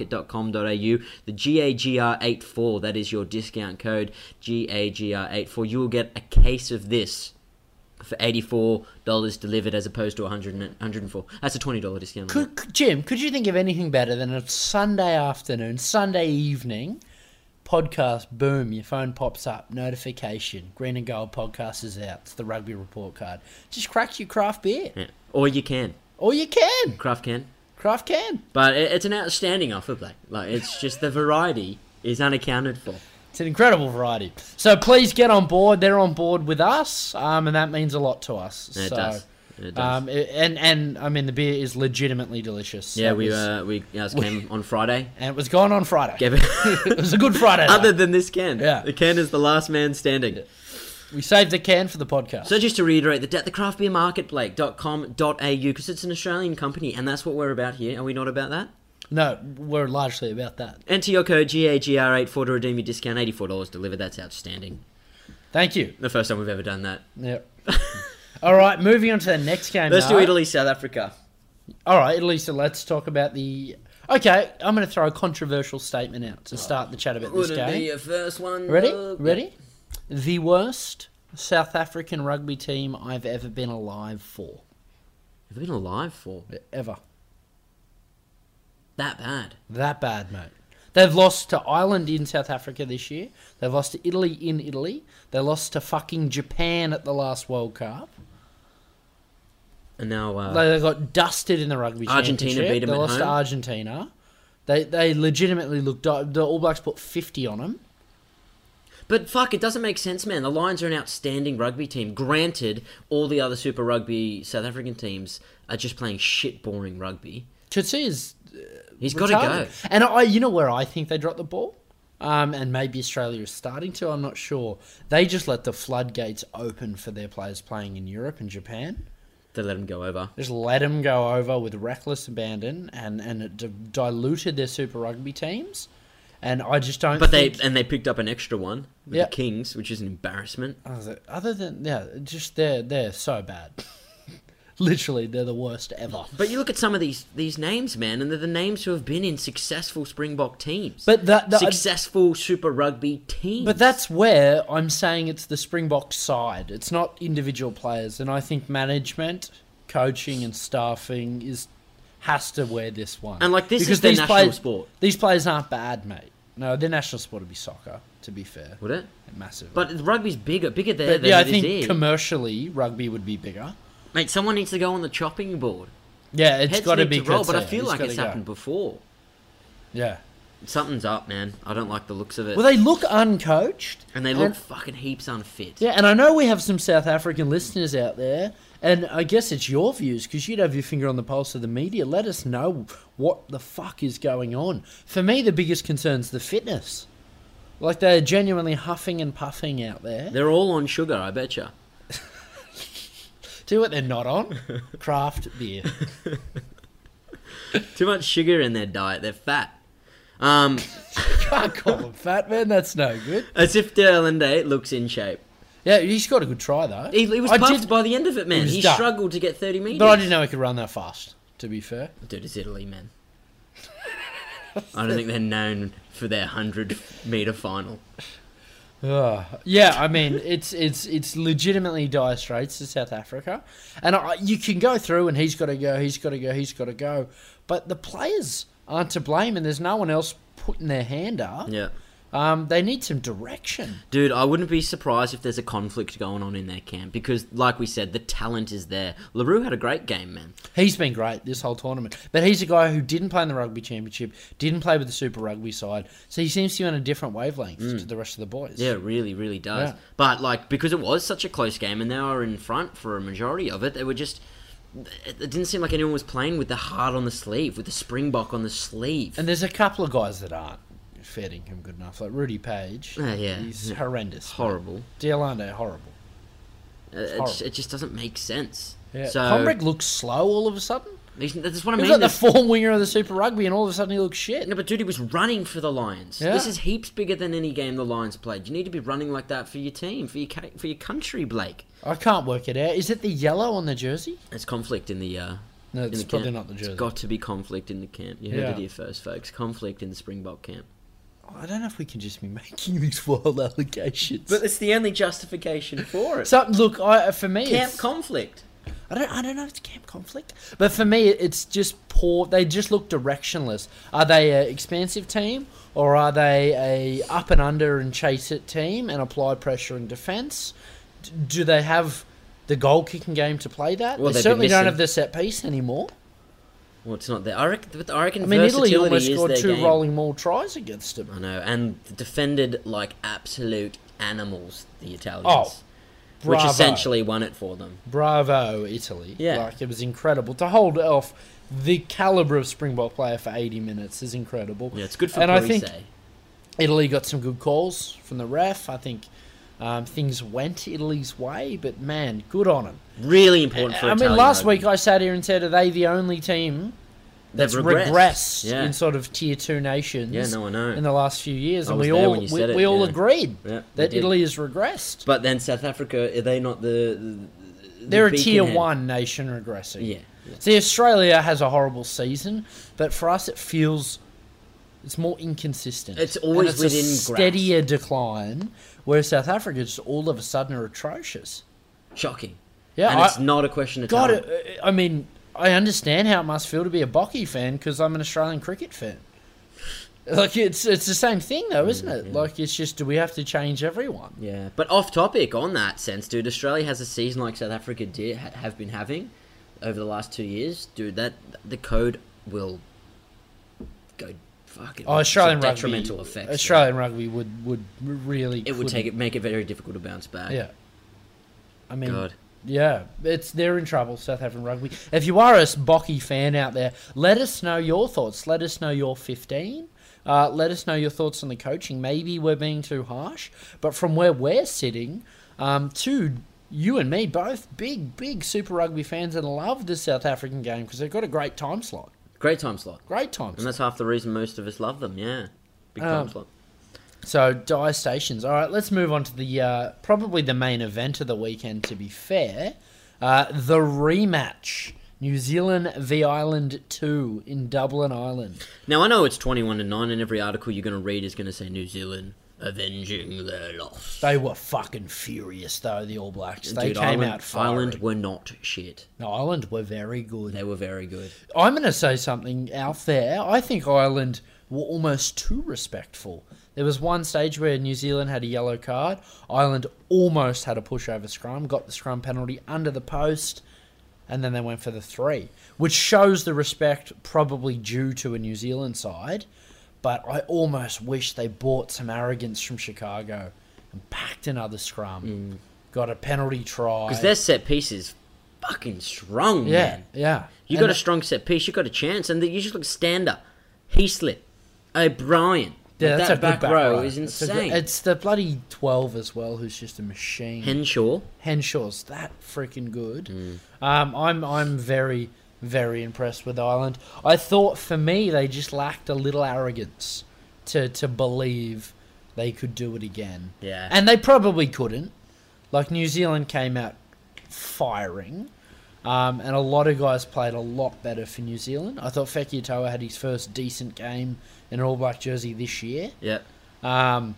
Speaker 1: thecraftbeermarket.com.au, the GAGR84. That is your discount code GAGR84. You will get a case of this for eighty-four dollars delivered, as opposed to 100 and 104. That's a twenty-dollar discount. on
Speaker 2: Could, could- Jim, could you think of anything better than a Sunday afternoon, Sunday evening podcast? Boom, your phone pops up, notification. Green and Gold podcast is out. It's the rugby report card. Just crack your craft beer,
Speaker 1: that. Yeah. Or you can
Speaker 2: or you can
Speaker 1: craft can,
Speaker 2: craft can.
Speaker 1: but it, it's an outstanding offer, Blake. Like it's just the variety is unaccounted for.
Speaker 2: It's an incredible variety. So please get on board. They're on board with us, um, and that means a lot to us.
Speaker 1: And it
Speaker 2: so
Speaker 1: does. It does.
Speaker 2: Um, it- and and I mean the beer is legitimately delicious.
Speaker 1: yeah,
Speaker 2: That
Speaker 1: we
Speaker 2: was-
Speaker 1: uh, we ours came on Friday.
Speaker 2: and it was gone on Friday.
Speaker 1: Gave it-
Speaker 2: it was a good Friday. though.
Speaker 1: Other than this can,
Speaker 2: Yeah.
Speaker 1: the can is the last man standing.
Speaker 2: we saved the can for the podcast.
Speaker 1: So just to reiterate, the, de- the craftbeermarketblake.com.au because it's an Australian company and that's what we're about here. Are we not about that?
Speaker 2: no, we're largely about that.
Speaker 1: Enter your code GAGR84 to redeem your discount. $84 delivered. That's outstanding.
Speaker 2: Thank you.
Speaker 1: The first time we've ever done that.
Speaker 2: Yep. All right, moving on to the next game.
Speaker 1: Let's do
Speaker 2: now.
Speaker 1: Italy, South Africa.
Speaker 2: All right, Italy. So let's talk about the. Okay, I'm going to throw a controversial statement out to start the chat about this
Speaker 1: Wouldn't be
Speaker 2: game.
Speaker 1: your first one.
Speaker 2: Ready?
Speaker 1: though.
Speaker 2: Ready? The worst South African rugby team I've ever been alive for.
Speaker 1: Have we been alive for
Speaker 2: Ever.
Speaker 1: that bad?
Speaker 2: That bad, mate. They've lost to Ireland in South Africa this year. They've lost to Italy in Italy. They lost to fucking Japan at the last World Cup.
Speaker 1: And now uh,
Speaker 2: They they got dusted in the rugby.
Speaker 1: Argentina
Speaker 2: championship.
Speaker 1: beat 'em
Speaker 2: They
Speaker 1: at
Speaker 2: lost to
Speaker 1: home.
Speaker 2: Argentina. They they legitimately looked. The All Blacks put fifty on them.
Speaker 1: But fuck, it doesn't make sense, man. The Lions are an outstanding rugby team. Granted, all the other Super Rugby South African teams are just playing shit, boring rugby.
Speaker 2: Chitsi is
Speaker 1: He's got
Speaker 2: got
Speaker 1: to go.
Speaker 2: uh, And I, you know where I think they dropped the ball, um, and maybe Australia is starting to. I'm not sure. They just let the floodgates open for their players playing in Europe and Japan.
Speaker 1: They let him go over.
Speaker 2: Just let them go over with reckless abandon, and and it d- diluted their Super Rugby teams. And I just don't.
Speaker 1: But they
Speaker 2: think-
Speaker 1: and they picked up an extra one with
Speaker 2: Yeah.
Speaker 1: the Kings, which is an embarrassment.
Speaker 2: I was like, Other than yeah, just they're they're so bad. Literally, they're the worst ever.
Speaker 1: But you look at some of these these names, man, and they're the names who have been in successful Springbok teams.
Speaker 2: But that, that
Speaker 1: successful Super Rugby teams.
Speaker 2: uh, but that's where I'm saying it's the Springbok side. It's not individual players, and I think management, coaching, and staffing is has to wear this one.
Speaker 1: And, like, this is their
Speaker 2: these
Speaker 1: national
Speaker 2: players-
Speaker 1: sport.
Speaker 2: These players aren't bad, mate. No, their national sport would be soccer. To be fair,
Speaker 1: would it?
Speaker 2: massive.
Speaker 1: But rugby's bigger, bigger there
Speaker 2: But,
Speaker 1: than
Speaker 2: yeah, I
Speaker 1: it is
Speaker 2: think
Speaker 1: here.
Speaker 2: commercially rugby would be bigger.
Speaker 1: Mate, someone needs to go on the chopping board.
Speaker 2: Yeah, it's
Speaker 1: Heads
Speaker 2: got to
Speaker 1: need
Speaker 2: be.
Speaker 1: to roll, but I
Speaker 2: Kotze.
Speaker 1: feel
Speaker 2: It's
Speaker 1: like
Speaker 2: gotta
Speaker 1: it's
Speaker 2: go.
Speaker 1: happened before.
Speaker 2: Yeah.
Speaker 1: Something's up, man. I don't like the looks of it.
Speaker 2: Well, they look uncoached,
Speaker 1: and they look fucking heaps unfit.
Speaker 2: Yeah, and I know we have some South African listeners out there, and I guess it's your views because you'd have your finger on the pulse of the media. Let us know what the fuck is going on. For me, the biggest concern's the fitness. Like they're genuinely huffing and puffing out there.
Speaker 1: They're all on sugar, I betcha.
Speaker 2: Do what they're not on craft beer.
Speaker 1: Too much sugar in their diet. They're fat. Um,
Speaker 2: Can't call them fat man. That's no good.
Speaker 1: as if Derlinde looks in shape.
Speaker 2: Yeah, he's got a good try though.
Speaker 1: He, he was
Speaker 2: I
Speaker 1: puffed
Speaker 2: did,
Speaker 1: by the end of it, man.
Speaker 2: was
Speaker 1: He
Speaker 2: done.
Speaker 1: struggled to get 30 metres.
Speaker 2: but I didn't know he could run that fast. To be fair.
Speaker 1: Dude, it's Italy, man. I don't think they're known for their 100 metre final.
Speaker 2: Ugh. yeah, I mean, it's it's it's legitimately dire straits to South Africa, and I, you can go through, and he's got to go, he's got to go, he's got to go, but the players aren't to blame, and there's no one else putting their hand up.
Speaker 1: Yeah.
Speaker 2: Um, they need some direction.
Speaker 1: Dude, I wouldn't be surprised if there's a conflict going on in their camp because, like we said, the talent is there. LaRue had a great game, man.
Speaker 2: He's been great this whole tournament, but he's a guy who didn't play in the rugby championship, didn't play with the Super Rugby side, so he seems to be on a different wavelength to the rest of the boys.
Speaker 1: Mm. Yeah, it really, really does.
Speaker 2: Yeah.
Speaker 1: But like because it was such a close game, and they were in front for a majority of it, they were just. It it didn't seem like anyone was playing with the heart on the sleeve, with the Springbok on the sleeve.
Speaker 2: and there's a couple of guys that aren't fitting him good enough, like Rudy Page.
Speaker 1: Ah, yeah.
Speaker 2: he's horrendous.
Speaker 1: Horrible.
Speaker 2: D'Alando, horrible.
Speaker 1: Uh, It,
Speaker 2: horrible.
Speaker 1: just- it just doesn't make sense.
Speaker 2: Yeah.
Speaker 1: So
Speaker 2: Comrade looks slow all of a sudden.
Speaker 1: he's- that's what I
Speaker 2: He was
Speaker 1: mean.
Speaker 2: like the
Speaker 1: This-
Speaker 2: form winger of the Super Rugby, and all of a sudden he looks shit.
Speaker 1: no, but dude, he was running for the Lions.
Speaker 2: Yeah.
Speaker 1: This is heaps bigger than any game the Lions played. You need to be running like that for your team, for your ca- for your country, Blake.
Speaker 2: I can't work it out. Is it the yellow on the jersey?
Speaker 1: It's conflict in the. Uh,
Speaker 2: No,
Speaker 1: in
Speaker 2: it's
Speaker 1: the
Speaker 2: probably
Speaker 1: camp.
Speaker 2: not the jersey.
Speaker 1: It's got to be conflict in the camp. You heard
Speaker 2: Yeah.
Speaker 1: it here first, folks. Conflict in the Springbok camp.
Speaker 2: I don't know if we can just be making these wild allegations.
Speaker 1: But it's the only justification for it.
Speaker 2: so, look, I, for me,
Speaker 1: Camp
Speaker 2: it's,
Speaker 1: conflict.
Speaker 2: I don't, I don't know. if It's camp conflict, but for me, it's just poor. They just look directionless. Are they an expansive team, or are they a up and under and chase it team and apply pressure and defence? D- Do they have the goal kicking game to play that?
Speaker 1: Well, they've
Speaker 2: they
Speaker 1: been
Speaker 2: certainly don't
Speaker 1: missing-
Speaker 2: have the set piece anymore.
Speaker 1: Well, it's not there. I reckon, but I reckon
Speaker 2: I mean, Italy
Speaker 1: versatility
Speaker 2: almost
Speaker 1: is
Speaker 2: scored
Speaker 1: their
Speaker 2: two
Speaker 1: game.
Speaker 2: rolling maul tries against them.
Speaker 1: I know, and defended like absolute animals. The Italians.
Speaker 2: Oh.
Speaker 1: which
Speaker 2: Bravo.
Speaker 1: essentially won it for them.
Speaker 2: Bravo, Italy.
Speaker 1: Yeah.
Speaker 2: Like, it was incredible. To hold off the calibre of Springbok player for 80 minutes is incredible.
Speaker 1: Yeah, it's good for
Speaker 2: And
Speaker 1: Parise.
Speaker 2: I think- Italy got some good calls from the ref. I think um, things went Italy's way, but man, good on them.
Speaker 1: really important for
Speaker 2: I mean,
Speaker 1: Italian
Speaker 2: last
Speaker 1: rugby.
Speaker 2: week I sat here and said, are they the only team
Speaker 1: They've
Speaker 2: that's regressed,
Speaker 1: Yeah.
Speaker 2: in sort of tier two nations
Speaker 1: yeah, no, I
Speaker 2: in
Speaker 1: know.
Speaker 2: the last few years?
Speaker 1: I
Speaker 2: And
Speaker 1: was
Speaker 2: we
Speaker 1: there
Speaker 2: all
Speaker 1: when you
Speaker 2: we,
Speaker 1: said it,
Speaker 2: we all
Speaker 1: yeah.
Speaker 2: agreed
Speaker 1: Yeah, they
Speaker 2: that
Speaker 1: did.
Speaker 2: Italy has regressed.
Speaker 1: But then South Africa, are they not the? the
Speaker 2: They're a
Speaker 1: beacon
Speaker 2: tier
Speaker 1: head?
Speaker 2: one nation regressing.
Speaker 1: Yeah, yeah.
Speaker 2: See, Australia has a horrible season, but for us, it feels it's more inconsistent.
Speaker 1: It's always
Speaker 2: and it's
Speaker 1: within
Speaker 2: a
Speaker 1: grasp.
Speaker 2: steadier decline, where South Africa just all of a sudden are atrocious.
Speaker 1: shocking.
Speaker 2: Yeah,
Speaker 1: and
Speaker 2: I,
Speaker 1: it's not a question of
Speaker 2: God,
Speaker 1: talent.
Speaker 2: it, I mean, I understand how it must feel to be a Bocky fan because I'm an Australian cricket fan. Like it's it's the same thing though, isn't
Speaker 1: Mm,
Speaker 2: it? Like it's just do we have to change everyone?
Speaker 1: Yeah, but off topic on that sense, dude. Australia has a season like South Africa did ha- have been having over the last two years, dude. That the code will go fucking.
Speaker 2: Oh, Australian
Speaker 1: some
Speaker 2: rugduy,
Speaker 1: detrimental effects. man.
Speaker 2: Australian rugby would would really
Speaker 1: it would take it make it very difficult to bounce back.
Speaker 2: Yeah, I mean,
Speaker 1: God.
Speaker 2: yeah, it's they're in trouble. South African rugby. If you are a Bocky fan out there, let us know your thoughts. Let us know your fifteen. Uh, let us know your thoughts on the coaching. Maybe we're being too harsh, but from where we're sitting, um, two you and me both big big Super Rugby fans and love the South African game because they've got a great time slot.
Speaker 1: great time slot,
Speaker 2: Great time.
Speaker 1: and
Speaker 2: slot.
Speaker 1: that's half the reason most of us love them. Yeah, big
Speaker 2: Um,
Speaker 1: time slot.
Speaker 2: So die stations. All right, let's move on to the uh, probably the main event of the weekend. To be fair, uh, the rematch: New Zealand v Ireland two in Dublin, Ireland.
Speaker 1: Now I know it's twenty-one to nine, and every article you're going to read is going to say New Zealand avenging their loss.
Speaker 2: They were fucking furious though. The All Blacks. They
Speaker 1: Dude,
Speaker 2: came
Speaker 1: Ireland,
Speaker 2: out firing.
Speaker 1: Ireland were not shit.
Speaker 2: No, Ireland were very good.
Speaker 1: They were very good.
Speaker 2: I'm going to say something out there. I think Ireland were almost too respectful. There was one stage where New Zealand had a yellow card. Ireland almost had a pushover scrum, got the scrum penalty under the post, and then they went for the three, which shows the respect probably due to a New Zealand side. But I almost wish they bought some arrogance from Chicago and packed another scrum, got a penalty try.
Speaker 1: Mm. Because their set piece is fucking strong,
Speaker 2: yeah,
Speaker 1: man.
Speaker 2: yeah.
Speaker 1: You
Speaker 2: And
Speaker 1: got a strong set piece, you got a chance, and you just look stander. Heaslip, O'Brien.
Speaker 2: Yeah,
Speaker 1: Like,
Speaker 2: that's
Speaker 1: that
Speaker 2: a
Speaker 1: back,
Speaker 2: good back
Speaker 1: row,
Speaker 2: row.
Speaker 1: is
Speaker 2: It's a good-
Speaker 1: insane.
Speaker 2: it's the bloody twelve as well, who's just a machine.
Speaker 1: Henshaw.
Speaker 2: Henshaw's that freaking good.
Speaker 1: Hmm.
Speaker 2: Um, I'm I'm very very impressed with Ireland. I thought for me they just lacked a little arrogance to to believe they could do it again.
Speaker 1: Yeah.
Speaker 2: and they probably couldn't. Like New Zealand came out firing. Um, and a lot of guys played a lot better for New Zealand. I thought Fekitoa had his first decent game in an All Black jersey this year.
Speaker 1: Yep.
Speaker 2: Um,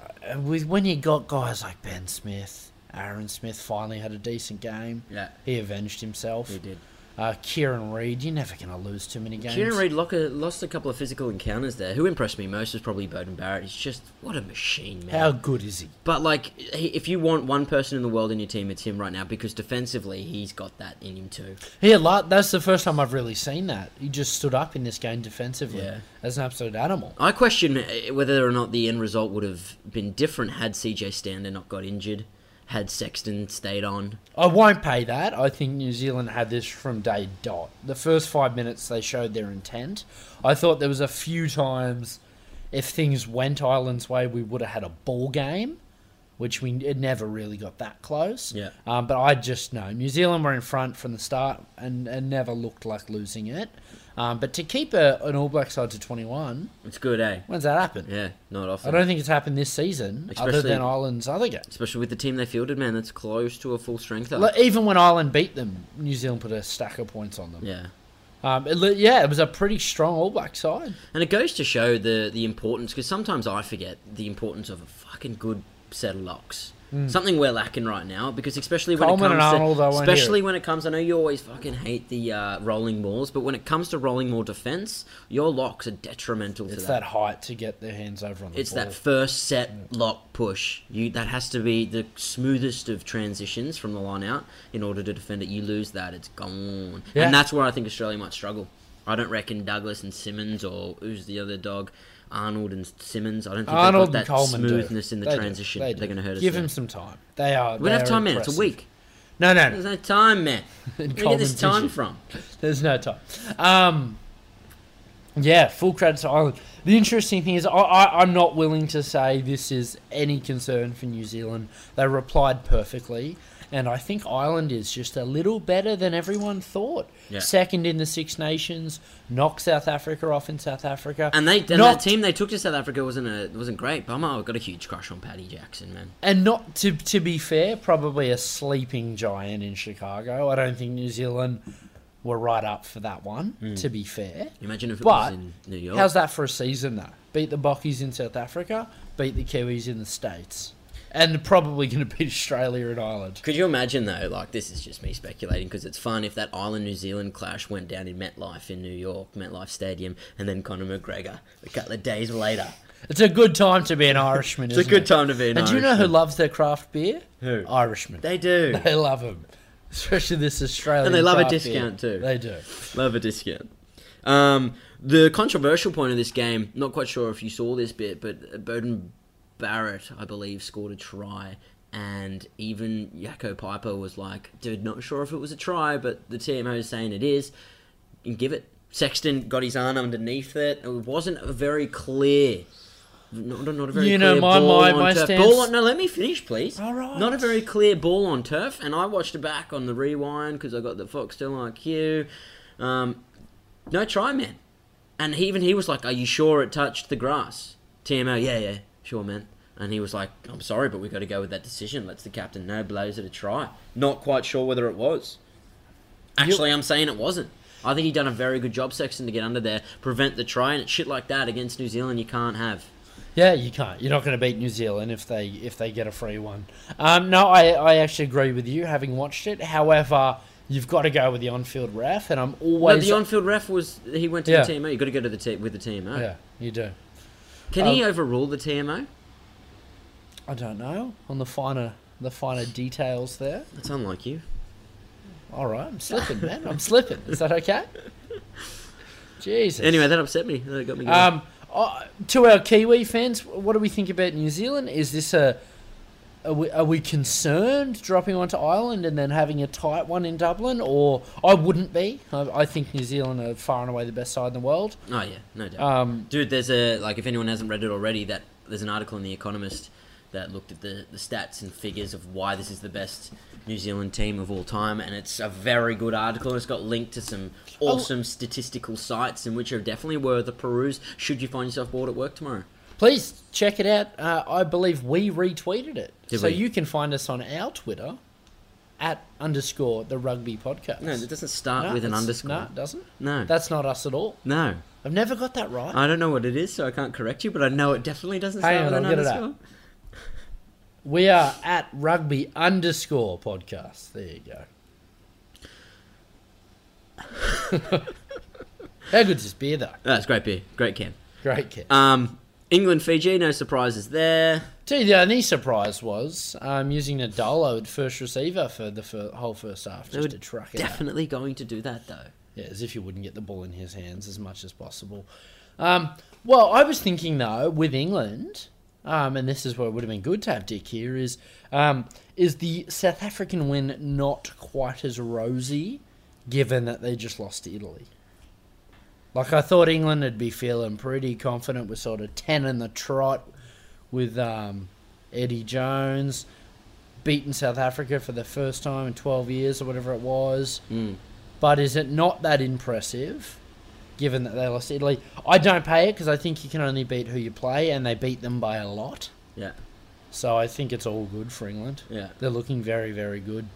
Speaker 2: uh, with when you got guys like Ben Smith, Aaron Smith finally had a decent game.
Speaker 1: Yeah.
Speaker 2: He avenged himself.
Speaker 1: He did.
Speaker 2: Uh, Kieran Reid, you're never going to lose too many games.
Speaker 1: Kieran Reid Locker lost a couple of physical encounters there. Who impressed me most was probably Bowden Barrett. He's just, what a machine, man.
Speaker 2: How good is he?
Speaker 1: But like, he- if you want one person in the world in your team, it's him right now because defensively, he's got that in him too.
Speaker 2: He a lot. That's the first time I've really seen that. He just stood up in this game defensively
Speaker 1: Yeah.
Speaker 2: as an absolute animal.
Speaker 1: I question uh, whether or not the end result would have been different had CJ Stander not got injured, had Sexton stayed on.
Speaker 2: I won't pay that. I think New Zealand had this from day dot. The first five minutes they showed their intent. I thought there was a few times if things went Ireland's way, we would have had a ball game, which we it never really got that close.
Speaker 1: Yeah.
Speaker 2: Um, but I just know New Zealand were in front from the start and, and never looked like losing it. Um, but to keep a, an All Black side to 21,
Speaker 1: It's good, eh?
Speaker 2: when's that happened?
Speaker 1: Yeah, not
Speaker 2: I
Speaker 1: often.
Speaker 2: don't think it's happened this season, other
Speaker 1: Especially-
Speaker 2: than Ireland's other game.
Speaker 1: Especially with the team they fielded, man, that's close to a full strength. up.
Speaker 2: Like, even when Ireland beat them, New Zealand put a stack of points on them.
Speaker 1: yeah.
Speaker 2: Um, it, li- yeah, it was a pretty strong All Black side.
Speaker 1: And it goes to show the the importance, because sometimes I forget the importance of a fucking good set of locks. Something we're lacking right now, because especially when
Speaker 2: Mm. Coleman
Speaker 1: it
Speaker 2: and
Speaker 1: comes to,
Speaker 2: Arnold, I won't hear
Speaker 1: especially when it comes, I know you always fucking hate the uh, rolling mauls, but when it comes to rolling maul defense, your locks are detrimental
Speaker 2: It's
Speaker 1: to
Speaker 2: that height to get their hands over on the
Speaker 1: It's
Speaker 2: ball.
Speaker 1: that first set lock push. You that has to be the smoothest of transitions from the line out in order to defend it. You lose that, it's gone.
Speaker 2: Yeah.
Speaker 1: And that's where I think Australia might struggle. I don't reckon Douglas and Simmons or who's the other dog Arnold and Simmons. I don't think
Speaker 2: Arnold
Speaker 1: they've
Speaker 2: and
Speaker 1: got that
Speaker 2: Coleman do.
Speaker 1: smoothness in the
Speaker 2: They do.
Speaker 1: transition.
Speaker 2: They do.
Speaker 1: They're going to hurt us.
Speaker 2: Give
Speaker 1: there.
Speaker 2: them some time. They are.
Speaker 1: we don't have
Speaker 2: they're
Speaker 1: time, man. It's a
Speaker 2: impressive.
Speaker 1: week.
Speaker 2: No, no, no.
Speaker 1: There's no time, man. Where do you get
Speaker 2: Coleman
Speaker 1: this time
Speaker 2: Fisher.
Speaker 1: from?
Speaker 2: There's no time. Um, yeah, full credit to Ireland. The interesting thing is, I, I, I'm not willing to say this is any concern for New Zealand. They replied perfectly, and I think Ireland is just a little better than everyone thought.
Speaker 1: Yeah.
Speaker 2: Second in the Six Nations, knocked South Africa off in South Africa,
Speaker 1: And they and that
Speaker 2: Knocked-
Speaker 1: team they took to South Africa wasn't a wasn't great. Bummer. I've got a huge crush on Paddy Jackson, man.
Speaker 2: And not to to be fair, probably a sleeping giant in Chicago. I don't think New Zealand were right up for that one. To be fair,
Speaker 1: Imagine Hmm. if it
Speaker 2: But,
Speaker 1: was in New York.
Speaker 2: how's that for a season though? Beat the Bockies in South Africa, beat the Kiwis in the States, and probably going to beat Australia and Ireland.
Speaker 1: Could you imagine though? Like this is just me speculating because it's fun if that Ireland New Zealand clash went down in MetLife in New York, MetLife Stadium, and then Conor McGregor a couple of days later.
Speaker 2: It's a good time to be an Irishman.
Speaker 1: It's a
Speaker 2: isn't
Speaker 1: good
Speaker 2: it?
Speaker 1: time to be an
Speaker 2: And do you know who
Speaker 1: Irishman.
Speaker 2: loves their craft beer?
Speaker 1: Who?
Speaker 2: Irishmen. They,
Speaker 1: They do
Speaker 2: love them, especially this Australian.
Speaker 1: And they love a
Speaker 2: craft beer.
Speaker 1: discount, too.
Speaker 2: They do.
Speaker 1: love a discount. Um, the controversial point of this game. Not quite sure if you saw this bit, but Bowden Barrett, I believe, scored a try. And even Jaco Piper was like, dude, not sure if it was a try, but the TMO is saying it is. and give it. Sexton got his arm underneath it. It wasn't a very clear. Not, not- not a very
Speaker 2: You know,
Speaker 1: clear
Speaker 2: my-
Speaker 1: ball
Speaker 2: my-
Speaker 1: on
Speaker 2: my
Speaker 1: turf.
Speaker 2: stance-
Speaker 1: Ball on- no, let me finish, please.
Speaker 2: All right.
Speaker 1: Not a very clear ball on turf, and I watched it back on the rewind because I got the Foxtel IQ. Um, no try, man. And he, even he was like, "Are you sure it touched the grass?" TMO, yeah, yeah, sure, man. And he was like, "I'm sorry, but we got to go with that decision. Let's the captain know. Blows it a try. Not quite sure whether it was. Actually, I'm saying it wasn't. I think he done a very good job, Sexton, to get under there, prevent the try, and it's shit like that against New Zealand you can't have.
Speaker 2: Yeah, you can't. You're not going to beat New Zealand if they if they get a free one. Um, no, I, I actually agree with you. Having watched it, however, you've got to go with the on-field ref, and I'm
Speaker 1: But
Speaker 2: always
Speaker 1: the on-field ref was he went to
Speaker 2: Yeah.
Speaker 1: the TMO. You got to go to the t- with the TMO.
Speaker 2: yeah. Um, You do.
Speaker 1: Can he overrule the TMO?
Speaker 2: I don't know on the finer the finer details there.
Speaker 1: That's unlike you.
Speaker 2: All right, I'm slipping, man. I'm slipping. Is that okay? Jesus.
Speaker 1: Anyway, that upset me. That got me. Going.
Speaker 2: Um, uh, to our Kiwi fans, what do we think about New Zealand? Is this a are we, are we concerned dropping onto Ireland and then having a tight one in Dublin? Or I wouldn't be. I, I think New Zealand are far and away the best side in the world.
Speaker 1: oh yeah, no doubt.
Speaker 2: Um,
Speaker 1: Dude, there's a like if anyone hasn't read it already, that there's an article in the Economist that looked at the, the stats and figures of why this is the best New Zealand team of all time, and it's a very good article. and It's got linked to some
Speaker 2: Oh.
Speaker 1: awesome statistical sites, and which are definitely worth a peruse. Should you find yourself bored at work tomorrow?
Speaker 2: please check it out. Uh, I believe we retweeted it,
Speaker 1: Did
Speaker 2: so
Speaker 1: we?
Speaker 2: you can find us on our Twitter at underscore the Rugby Podcast.
Speaker 1: No, it doesn't start
Speaker 2: No,
Speaker 1: with an
Speaker 2: it's-
Speaker 1: underscore.
Speaker 2: No, it doesn't.
Speaker 1: No.
Speaker 2: That's not us at all.
Speaker 1: no,
Speaker 2: I've never got that right.
Speaker 1: I don't know what it is, so I can't correct you, but I know it definitely doesn't start
Speaker 2: Hang on,
Speaker 1: with an
Speaker 2: I'll get it up.
Speaker 1: underscore.
Speaker 2: We are at rugby underscore podcast. There you go. How good's this beer, though?
Speaker 1: That's great beer, great can.
Speaker 2: Great kid.
Speaker 1: Um, England, Fiji, no surprises there.
Speaker 2: Tell you the only surprise was um, using Nadolo at first receiver for the fir- whole first half
Speaker 1: They were
Speaker 2: just to truck it. out.
Speaker 1: definitely going to do that though.
Speaker 2: Yeah, as if you wouldn't get the ball in his hands as much as possible. Um, well, I was thinking though with England, um, and this is where it would have been good to have Dick here is um, is the South African win not quite as rosy, given that they just lost to Italy. Like I thought England would be feeling pretty confident with sort of ten in the trot with um, Eddie Jones beaten South Africa for the first time in twelve years or whatever it was. But is it not that impressive, given that they lost to Italy? I don't pay it because I think you can only beat who you play, and they beat them by a lot.
Speaker 1: Yeah,
Speaker 2: So I think it's all good for England.
Speaker 1: yeah.
Speaker 2: They're looking very, very good.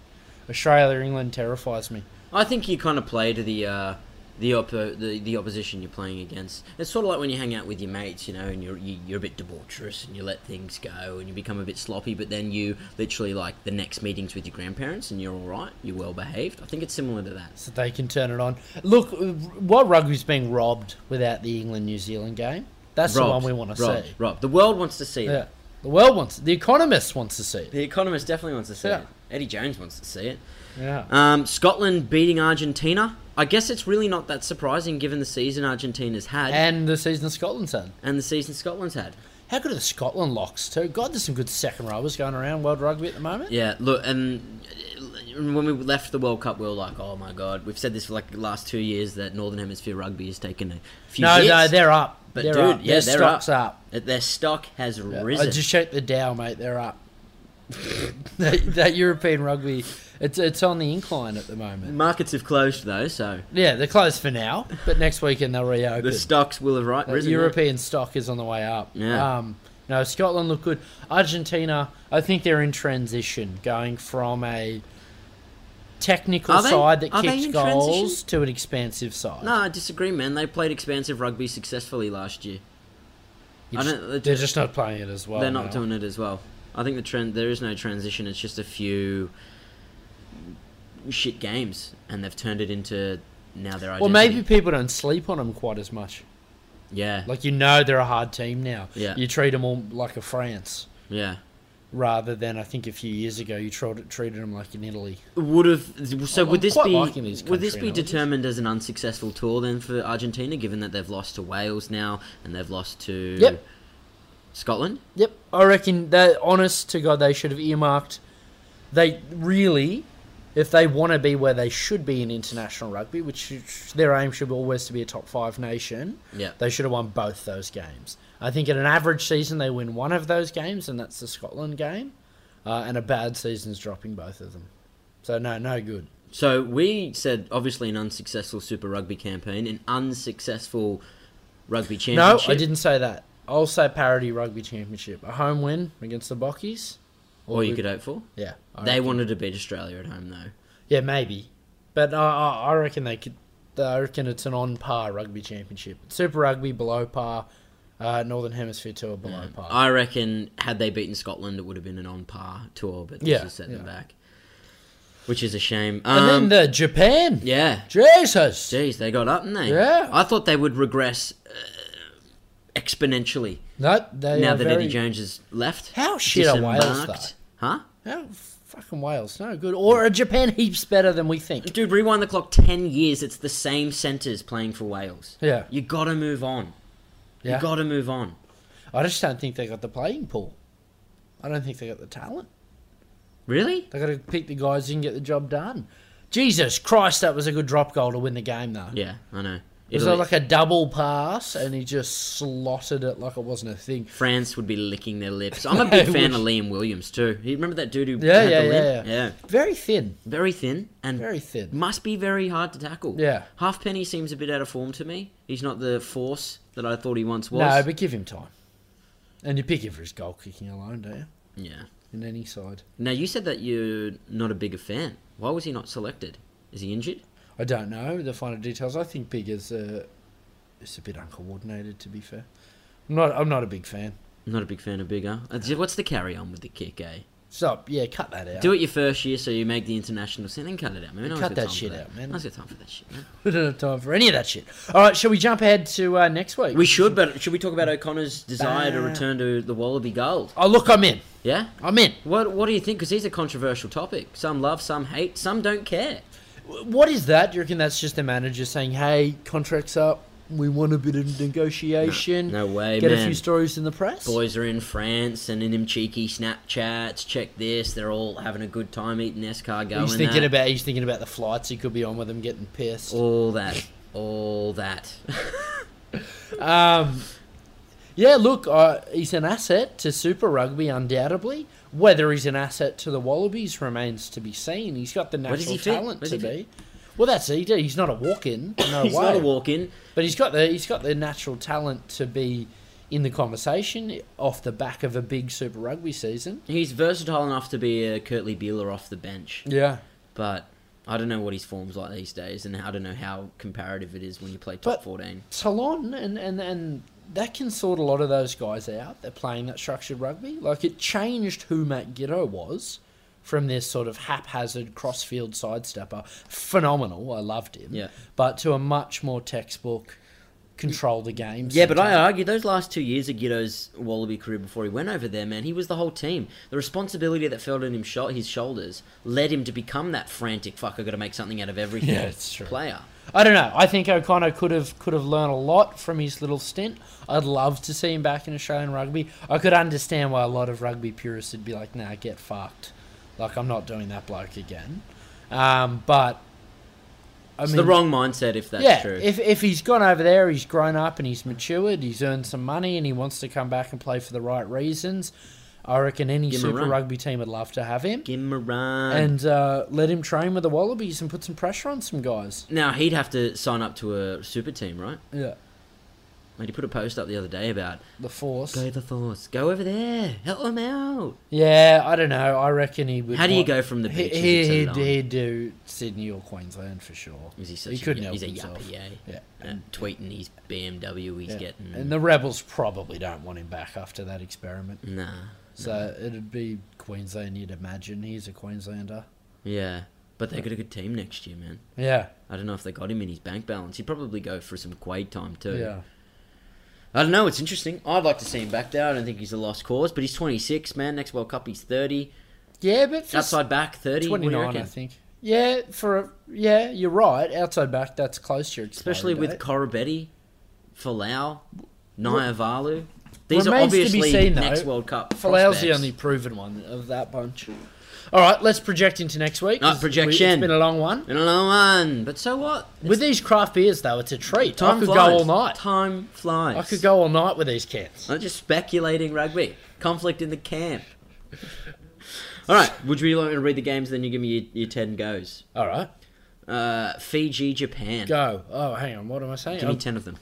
Speaker 2: Australia, England terrifies me.
Speaker 1: I think you kind of play to the uh, the, op- the the opposition you're playing against. It's sort of like when you hang out with your mates, you know, and you're you, you're a bit debaucherous and you let things go and you become a bit sloppy, but then you literally like the next meetings with your grandparents and you're all right, you're well behaved. I think it's similar to that.
Speaker 2: So they can turn it on. Look, what rugby's being robbed without the England New Zealand game? That's the one we want to
Speaker 1: Rob,
Speaker 2: see.
Speaker 1: Rob, the world wants to see
Speaker 2: Yeah.
Speaker 1: it.
Speaker 2: The world wants it. The Economist wants to see it.
Speaker 1: The Economist definitely wants to see
Speaker 2: Yeah.
Speaker 1: it. Eddie Jones wants to see it.
Speaker 2: Yeah.
Speaker 1: Um, Scotland beating Argentina. I guess it's really not that surprising given the season Argentina's had and,
Speaker 2: And the season of Scotland's had.
Speaker 1: the season Scotland's had.
Speaker 2: How good are the Scotland locks too? God, there's some good second rowers going around world rugby at the moment.
Speaker 1: Yeah, look, and when we left the World Cup, we were like, oh my god, we've said this for like the last two years that Northern Hemisphere rugby has taken a few
Speaker 2: No,
Speaker 1: hits.
Speaker 2: no, they're up.
Speaker 1: But
Speaker 2: they're
Speaker 1: dude,
Speaker 2: up.
Speaker 1: yeah,
Speaker 2: Their
Speaker 1: they're up.
Speaker 2: stocks are up.
Speaker 1: Their stock has
Speaker 2: I
Speaker 1: risen.
Speaker 2: just checked the Dow, mate. They're up. that, that European rugby, it's it's on the incline at the moment.
Speaker 1: Markets have closed though, so
Speaker 2: Yeah, they're closed for now, but next weekend they'll reopen.
Speaker 1: the stocks will have right
Speaker 2: Uh,
Speaker 1: risen.
Speaker 2: European stock is on the way up.
Speaker 1: Yeah.
Speaker 2: Um, no, Scotland look good. Argentina, I think they're in transition, going from a technical
Speaker 1: Are they-
Speaker 2: side that
Speaker 1: are they
Speaker 2: kicks
Speaker 1: in
Speaker 2: goals
Speaker 1: transition?
Speaker 2: to an expansive side.
Speaker 1: No, I disagree, man. They played expansive rugly successfully last year.
Speaker 2: You
Speaker 1: I
Speaker 2: just-
Speaker 1: don't-
Speaker 2: they're just not playing it as well.
Speaker 1: They're not
Speaker 2: now.
Speaker 1: doing it as well. I think the trend there is no transition. It's just a few shit games, and they've turned it into now their identity.
Speaker 2: Well, maybe people don't sleep on them quite as much.
Speaker 1: yeah,
Speaker 2: Like you know, they're a hard team now.
Speaker 1: Yeah.
Speaker 2: You treat them all like a France,
Speaker 1: yeah.
Speaker 2: rather than I think a few years ago you treated treated them like in Italy.
Speaker 1: Would have so?
Speaker 2: I'm
Speaker 1: Would this
Speaker 2: quite
Speaker 1: be
Speaker 2: liking these
Speaker 1: would this
Speaker 2: country
Speaker 1: be
Speaker 2: analogies.
Speaker 1: determined as an unsuccessful tour then for Argentina, given that they've lost to Wales now and they've lost to
Speaker 2: Yep.
Speaker 1: Scotland?
Speaker 2: Yep, I reckon that honest to God, they should have earmarked. They really, if they want to be where they should be in international rugby, which should- their aim should always to be a top five nation,
Speaker 1: Yeah,
Speaker 2: they should have won both those games. I think in an average season they win one of those games, and that's the Scotland game, uh, and a bad season's dropping both of them. So no, no good.
Speaker 1: So we said obviously an unsuccessful Super Rugby campaign, an unsuccessful Rugby
Speaker 2: No,
Speaker 1: Championship.
Speaker 2: I didn't say that. I'll say parody rugby championship, a home win against the Bockies,
Speaker 1: All you could hope for.
Speaker 2: yeah. I
Speaker 1: They
Speaker 2: reckon.
Speaker 1: wanted to beat Australia at home though.
Speaker 2: Yeah, maybe. But I, I I reckon they could. I reckon it's an on par rugby championship. Super rugby below par. Uh, Northern Hemisphere tour below par.
Speaker 1: I reckon had they beaten Scotland, it would have been an on par tour, but this
Speaker 2: Yeah,
Speaker 1: has set
Speaker 2: yeah.
Speaker 1: them back, which is a shame. Um,
Speaker 2: and then the Japan.
Speaker 1: yeah,
Speaker 2: Jesus.
Speaker 1: jeez, they got up, didn't they?
Speaker 2: Yeah.
Speaker 1: I thought they would regress uh, exponentially
Speaker 2: No, they
Speaker 1: now
Speaker 2: are
Speaker 1: that
Speaker 2: very,
Speaker 1: Eddie Jones has left.
Speaker 2: How shit are Wales,
Speaker 1: disembarked. Huh?
Speaker 2: How fucking Wales? No good. Or are Japan heaps better than we think?
Speaker 1: Dude, rewind the clock ten years. It's the same centres playing for Wales.
Speaker 2: Yeah.
Speaker 1: You gotta move on.
Speaker 2: Yeah.
Speaker 1: You gotta move on.
Speaker 2: I just don't think they got the playing pool. I don't think they got the talent.
Speaker 1: Really?
Speaker 2: They got to pick the guys who can get the job done. Jesus Christ, that was a good drop goal to win the game, though.
Speaker 1: Yeah, I know.
Speaker 2: It was
Speaker 1: Italy-
Speaker 2: like a double pass, and he just slotted it like it wasn't a thing.
Speaker 1: France would be licking their lips. I'm a big
Speaker 2: I
Speaker 1: fan of
Speaker 2: wish.
Speaker 1: Liam Williams too. You remember that dude who
Speaker 2: Yeah,
Speaker 1: had
Speaker 2: yeah,
Speaker 1: the
Speaker 2: yeah,
Speaker 1: limp?
Speaker 2: yeah. Very thin,
Speaker 1: Very thin and
Speaker 2: very thin.
Speaker 1: must be very hard to tackle.
Speaker 2: Yeah.
Speaker 1: Halfpenny seems a bit out of form to me. He's not the force that I thought he once was.
Speaker 2: No, but give him time. And you pick him for his goal kicking alone, don't you?
Speaker 1: yeah.
Speaker 2: In any side,
Speaker 1: Now you said that you're not a bigger fan. Why was he not selected? Is he injured?
Speaker 2: I don't know the finer details. I think Big is uh, is a bit uncoordinated. To be fair, I'm not. I'm not a big fan.
Speaker 1: I'm not a big fan of bigger. Uh, What's the carry on with the kick, eh?
Speaker 2: Stop. Yeah, cut that out.
Speaker 1: Do it your first year so you make the international scene and cut it out, man. No one's
Speaker 2: Cut
Speaker 1: got
Speaker 2: that
Speaker 1: time for
Speaker 2: shit out, man.
Speaker 1: No one's got time for that shit, man.
Speaker 2: We don't have time for any of that shit. All right, shall we jump ahead to uh, next week?
Speaker 1: We should, but should we talk about O'Connor's desire to
Speaker 2: Bah.
Speaker 1: return to the Wallaby Gold?
Speaker 2: Oh, look, I'm in.
Speaker 1: Yeah?
Speaker 2: I'm in.
Speaker 1: What What do you think? Because these are controversial topic. Some love, some hate, some don't care.
Speaker 2: What is that? Do you reckon that's just the manager saying, "Hey, contracts up. We want a bit of negotiation.
Speaker 1: No way,
Speaker 2: Get a
Speaker 1: man.
Speaker 2: few stories in the press."
Speaker 1: Boys are in France sending him cheeky Snapchats. Check this. They're all having a good time eating escargot.
Speaker 2: he's
Speaker 1: and
Speaker 2: thinking
Speaker 1: that.
Speaker 2: about he's thinking about the flights he could be on with them getting pissed.
Speaker 1: all that, all that.
Speaker 2: Um, yeah, look, uh, he's an asset to Super Rugby, undoubtedly. Whether he's an asset to the Wallabies remains to be seen. He's got the
Speaker 1: Where does
Speaker 2: natural
Speaker 1: he fit?
Speaker 2: talent
Speaker 1: Where
Speaker 2: to
Speaker 1: does
Speaker 2: be.
Speaker 1: he
Speaker 2: Well, that's it. He's not a walk-in. No
Speaker 1: he's
Speaker 2: way.
Speaker 1: not a walk-in.
Speaker 2: But he's got the he's got the natural talent to be in the conversation off the back of a big Super Rugby season.
Speaker 1: He's versatile enough to be a Kurtley Bueller off the bench,
Speaker 2: Yeah,
Speaker 1: but I don't know what his form's like these days, and I don't know how comparative it is when you play top
Speaker 2: But-
Speaker 1: fourteen.
Speaker 2: Talon and and and that can sort a lot of those guys out. They're playing that structured rugby. Like it changed who Matt Giddo was from this sort of haphazard crossfield sidestepper. Phenomenal. I loved him.
Speaker 1: Yeah.
Speaker 2: But to a much more textbook control the game.
Speaker 1: Yeah, but I
Speaker 2: centre.
Speaker 1: argue those last two years of Guido's Wallaby career before he went over there, man, he was the whole team. The responsibility that fell on him sho- his shoulders led him to become that frantic fuck. I got to make something out of everything.
Speaker 2: Yeah, it's true.
Speaker 1: Player.
Speaker 2: I don't know. I think O'Connor could have could have learned a lot from his little stint. I'd love to see him back in Australian rugby. I could understand why a lot of rugby purists would be like, "Nah, get fucked." Like I'm not doing that bloke again. Um, but I
Speaker 1: It's the wrong mindset if that's
Speaker 2: yeah,
Speaker 1: true.
Speaker 2: if if he's gone over there, he's grown up and he's matured. He's earned some money and he wants to come back and play for the right reasons. I reckon any
Speaker 1: Give him a
Speaker 2: Super
Speaker 1: run.
Speaker 2: Rugby team would love to have him
Speaker 1: Give him a run.
Speaker 2: and uh, let him train with the Wallabies and put some pressure on some guys.
Speaker 1: now he'd have to sign up to a super team, right?
Speaker 2: Yeah,
Speaker 1: Like he put a post up the other day about
Speaker 2: the force.
Speaker 1: go the force, go over there, help them out.
Speaker 2: Yeah, I don't know. I reckon he would.
Speaker 1: How do you
Speaker 2: want-
Speaker 1: go from the
Speaker 2: He,
Speaker 1: beaches?
Speaker 2: he,
Speaker 1: to
Speaker 2: he'd,
Speaker 1: Geelong?
Speaker 2: he'd do Sydney or Queensland for sure.
Speaker 1: Is he such
Speaker 2: he
Speaker 1: a,
Speaker 2: couldn't
Speaker 1: yeah,
Speaker 2: help
Speaker 1: he's a
Speaker 2: himself.
Speaker 1: yuppie, eh?
Speaker 2: Yeah.
Speaker 1: Uh, tweeting his BMW he's
Speaker 2: yeah.
Speaker 1: getting.
Speaker 2: And the Rebels probably don't want him back after that experiment.
Speaker 1: nah.
Speaker 2: So it'd be Queensland, you'd imagine. He's a Queenslander.
Speaker 1: Yeah. But they got a good team next year, man.
Speaker 2: Yeah,
Speaker 1: I don't know if they got him in his bank balance. He'd probably go for some Quade time too.
Speaker 2: yeah.
Speaker 1: I don't know. It's interesting. I'd like to see him back there. I don't think he's a lost cause, but he's 26, man. Next World Cup, he's 30.
Speaker 2: Yeah, but for
Speaker 1: Outside back, 30. What do you
Speaker 2: 29,
Speaker 1: reckon?
Speaker 2: I think. Yeah, for a, yeah, you're right. Outside back, that's close to your expiry
Speaker 1: Especially with
Speaker 2: date.
Speaker 1: Corabetti, Falau, Nayavalu. These are
Speaker 2: Remains to be
Speaker 1: obviously
Speaker 2: seen, though.
Speaker 1: next World Cup.
Speaker 2: Falau's the
Speaker 1: prospects.
Speaker 2: only proven one of that bunch. All right, let's project into next week.
Speaker 1: Not
Speaker 2: 'cause we-
Speaker 1: projection.
Speaker 2: It's been a long one.
Speaker 1: And another one. But so what?
Speaker 2: With these craft beers, though, it's a treat.
Speaker 1: Time
Speaker 2: I could
Speaker 1: flies.
Speaker 2: go all night.
Speaker 1: Time flies.
Speaker 2: I could go all night with these cans.
Speaker 1: I'm just speculating rugby. Conflict in the camp. All right. Would you like me to read the games? Then you give me your, your 10 goes.
Speaker 2: All right,
Speaker 1: Uh, Fiji, Japan.
Speaker 2: go. Oh, hang on. What am I saying?
Speaker 1: Give me
Speaker 2: I'm-
Speaker 1: 10 of them.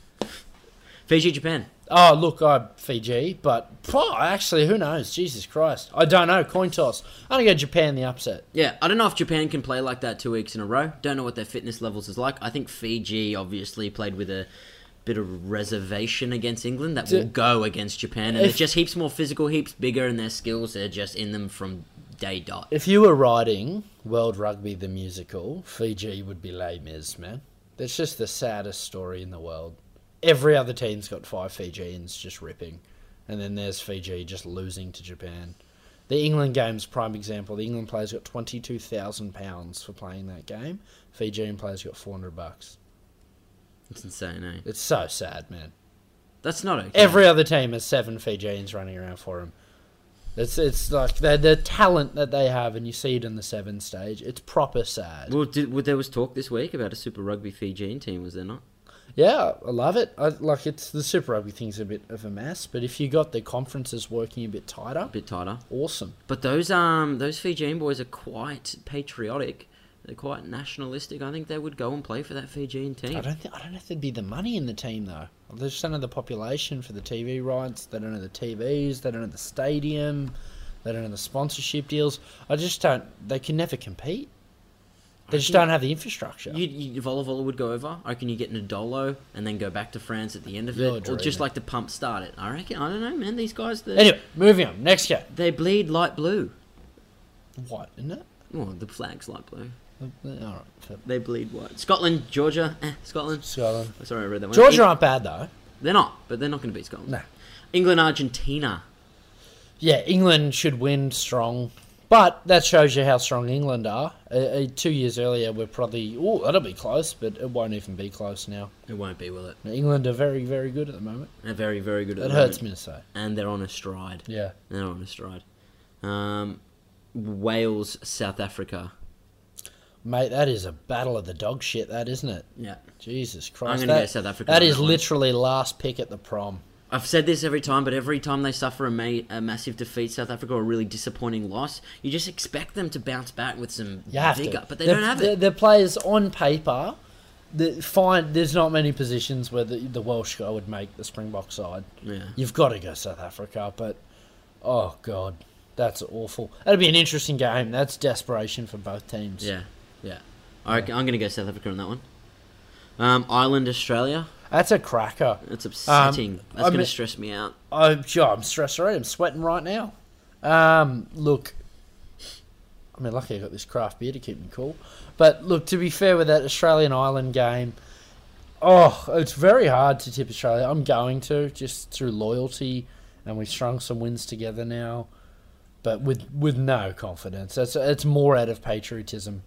Speaker 1: Fiji, Japan.
Speaker 2: Oh, look, I'm Fiji, but oh, actually, who knows? Jesus Christ. I don't know. Coin toss. I'm going to go Japan the upset.
Speaker 1: Yeah, I don't know if Japan can play like that two weeks in a row. Don't know what their fitness levels is like. I think Fiji obviously played with a bit of reservation against England that will go against Japan, and
Speaker 2: If-
Speaker 1: they're just heaps more physical, heaps bigger, and their skills are just in them from day dot.
Speaker 2: If you were writing World Rugby the Musical, Fiji would be Les Mis, man. That's just the saddest story in the world. Every other team's got five Fijians just ripping, and then there's Fiji just losing to Japan. The England game's prime example. The England players got twenty-two thousand pounds for playing that game. Fijian players got four hundred bucks.
Speaker 1: It's insane, eh?
Speaker 2: It's so sad, man.
Speaker 1: That's not okay.
Speaker 2: Every other team has seven Fijians running around for them. It's it's like the the talent that they have, and you see it in the seven stage. It's proper sad.
Speaker 1: well, did, well, there was talk this week about a Super Rugby Fijian team, was there not?
Speaker 2: Yeah, I love it. I, like it's the Super Rugby thing's a bit of a mess, but if you got the conferences working a bit tighter,
Speaker 1: A bit tighter.
Speaker 2: awesome.
Speaker 1: But those um those Fijian boys are quite patriotic. They're quite nationalistic. I think they would go and play for that Fijian team.
Speaker 2: I don't think I don't know if there'd be the money in the team though. They just don't have the population for the TV rights. They don't have the TVs. They don't have the stadium. They don't have the sponsorship deals. I just don't. They can never compete. They just
Speaker 1: think-
Speaker 2: don't have the infrastructure.
Speaker 1: You, you Volavola would go over. I reckon you get Nadolo and then go back to France at the end of
Speaker 2: You're
Speaker 1: it, or just
Speaker 2: dreaming.
Speaker 1: like the pump start it. I reckon. I don't know, man. These guys, they,
Speaker 2: Anyway, moving on. Next game.
Speaker 1: they bleed light blue.
Speaker 2: White, isn't it?
Speaker 1: Well, the flag's light blue.
Speaker 2: All right. so-
Speaker 1: They bleed white. Scotland, Georgia, eh, Scotland.
Speaker 2: Scotland.
Speaker 1: Oh, Sorry, I read that one.
Speaker 2: Georgia
Speaker 1: Eng-
Speaker 2: aren't bad though.
Speaker 1: they're not, but they're not going to beat Scotland.
Speaker 2: No.
Speaker 1: England, Argentina.
Speaker 2: Yeah, England should win strong, but that shows you how strong England are. Uh, uh, two years earlier, we're probably oh that'll be close, but it won't even be close now.
Speaker 1: It won't be, will it?
Speaker 2: England are very very good at the moment.
Speaker 1: They're very, very good. At
Speaker 2: It
Speaker 1: the
Speaker 2: hurts
Speaker 1: moment.
Speaker 2: me to say.
Speaker 1: And they're on a stride.
Speaker 2: Yeah.
Speaker 1: They're on a stride. Um, Wales, South Africa.
Speaker 2: Mate, that is a battle of the dog shit, that isn't it?
Speaker 1: Yeah.
Speaker 2: Jesus Christ!
Speaker 1: gonna go
Speaker 2: that,
Speaker 1: South Africa
Speaker 2: That
Speaker 1: on
Speaker 2: is
Speaker 1: that one.
Speaker 2: literally last pick at the prom.
Speaker 1: I've said this every time, but every time they suffer a, ma- a massive defeat, South Africa, or a really disappointing loss, you just expect them to bounce back with some
Speaker 2: You have
Speaker 1: vigor,
Speaker 2: to.
Speaker 1: but they
Speaker 2: The-
Speaker 1: don't have
Speaker 2: the,
Speaker 1: it.
Speaker 2: The players on paper, the, find there's not many positions where the, the Welsh guy would make the Springbok side.
Speaker 1: Yeah.
Speaker 2: You've got to go South Africa, but oh god, that's awful. That'd be an interesting game. That's desperation for both teams.
Speaker 1: Yeah, yeah. I reckon, I'm going to go South Africa on that one. Um, Ireland, Australia.
Speaker 2: that's a cracker.
Speaker 1: That's upsetting. That's
Speaker 2: I
Speaker 1: going to
Speaker 2: mean-
Speaker 1: stress me out.
Speaker 2: I'm, sure I'm stressed already. I'm sweating right now. Um, look, I mean, lucky I got this craft beer to keep me cool. But look, to be fair with that Australian Island game, oh, it's very hard to tip Australia. I'm going to just through loyalty, and we've strung some wins together now, but with with no confidence. It's it's more out of patriotism.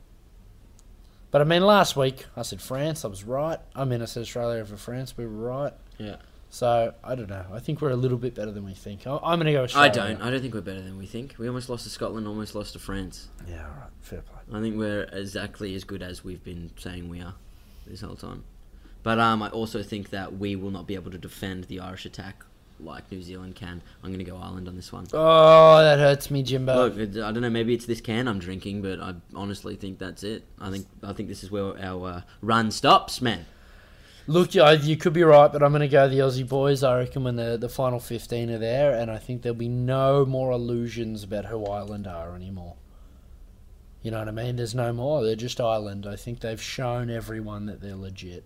Speaker 2: But I mean, last week I said France. I was right. I mean, I said Australia over France. We were right.
Speaker 1: Yeah.
Speaker 2: So I don't know. I think we're a little bit better than we think. I- I'm gonna go.
Speaker 1: I
Speaker 2: Australia.
Speaker 1: don't. I don't think we're better than we think. We almost lost to Scotland, almost lost to France.
Speaker 2: Yeah. All right. Fair play.
Speaker 1: I think we're exactly as good as we've been saying we are this whole time. But um, I also think that we will not be able to defend the Irish attack like New Zealand can. I'm going to go Ireland on this one.
Speaker 2: Oh, that hurts me, Jimbo.
Speaker 1: Look, it- I don't know. Maybe it's this can I'm drinking, but I honestly think that's it. I think I think this is where our uh, run stops, man.
Speaker 2: Look, yeah, you could be right, but I'm going to go the Aussie boys. I reckon when the, the final 15 are there, and I think there'll be no more illusions about who Ireland are anymore. You know what I mean? There's no more. They're just Ireland. I think they've shown everyone that they're legit.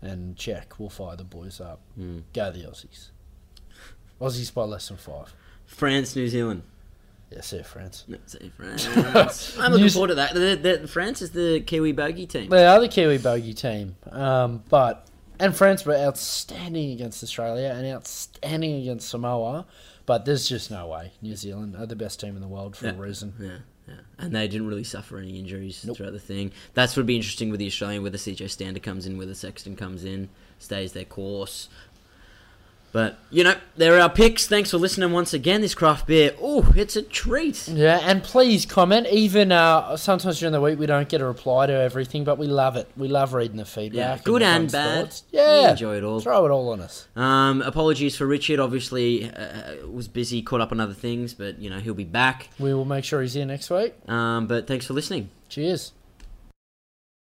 Speaker 2: And check, we'll fire the boys up.
Speaker 1: Mm.
Speaker 2: Go the Aussies. Aussies by less than five.
Speaker 1: France, New Zealand.
Speaker 2: Yes, sir, France.
Speaker 1: Let's say France. I'm looking
Speaker 2: New-
Speaker 1: forward to that. The, the, France is the Kiwi bogey team.
Speaker 2: They are the Kiwi bogey team, um, but and France were outstanding against Australia and outstanding against Samoa, but there's just no way New Zealand are the best team in the world for
Speaker 1: Yeah.
Speaker 2: a reason.
Speaker 1: Yeah, yeah. And they didn't really suffer any injuries
Speaker 2: Nope.
Speaker 1: throughout the thing. That's what would be interesting with the Australian, whether CJ Stander comes in, whether Sexton comes in, stays their course. But, you know, there are our picks. Thanks for listening once again. This craft beer, oh, it's a treat.
Speaker 2: Yeah, and please comment. Even uh, sometimes during the week we don't get a reply to everything, but we love it. We love reading the
Speaker 1: Yeah,
Speaker 2: feedback.
Speaker 1: good and
Speaker 2: everyone's
Speaker 1: bad.
Speaker 2: thoughts. Yeah,
Speaker 1: We enjoy it all.
Speaker 2: Throw it all on us.
Speaker 1: Um, apologies for Richard. Obviously, uh, was busy, caught up on other things, but, you know, he'll be back.
Speaker 2: We will make sure he's here next week.
Speaker 1: Um, but thanks for listening.
Speaker 2: Cheers.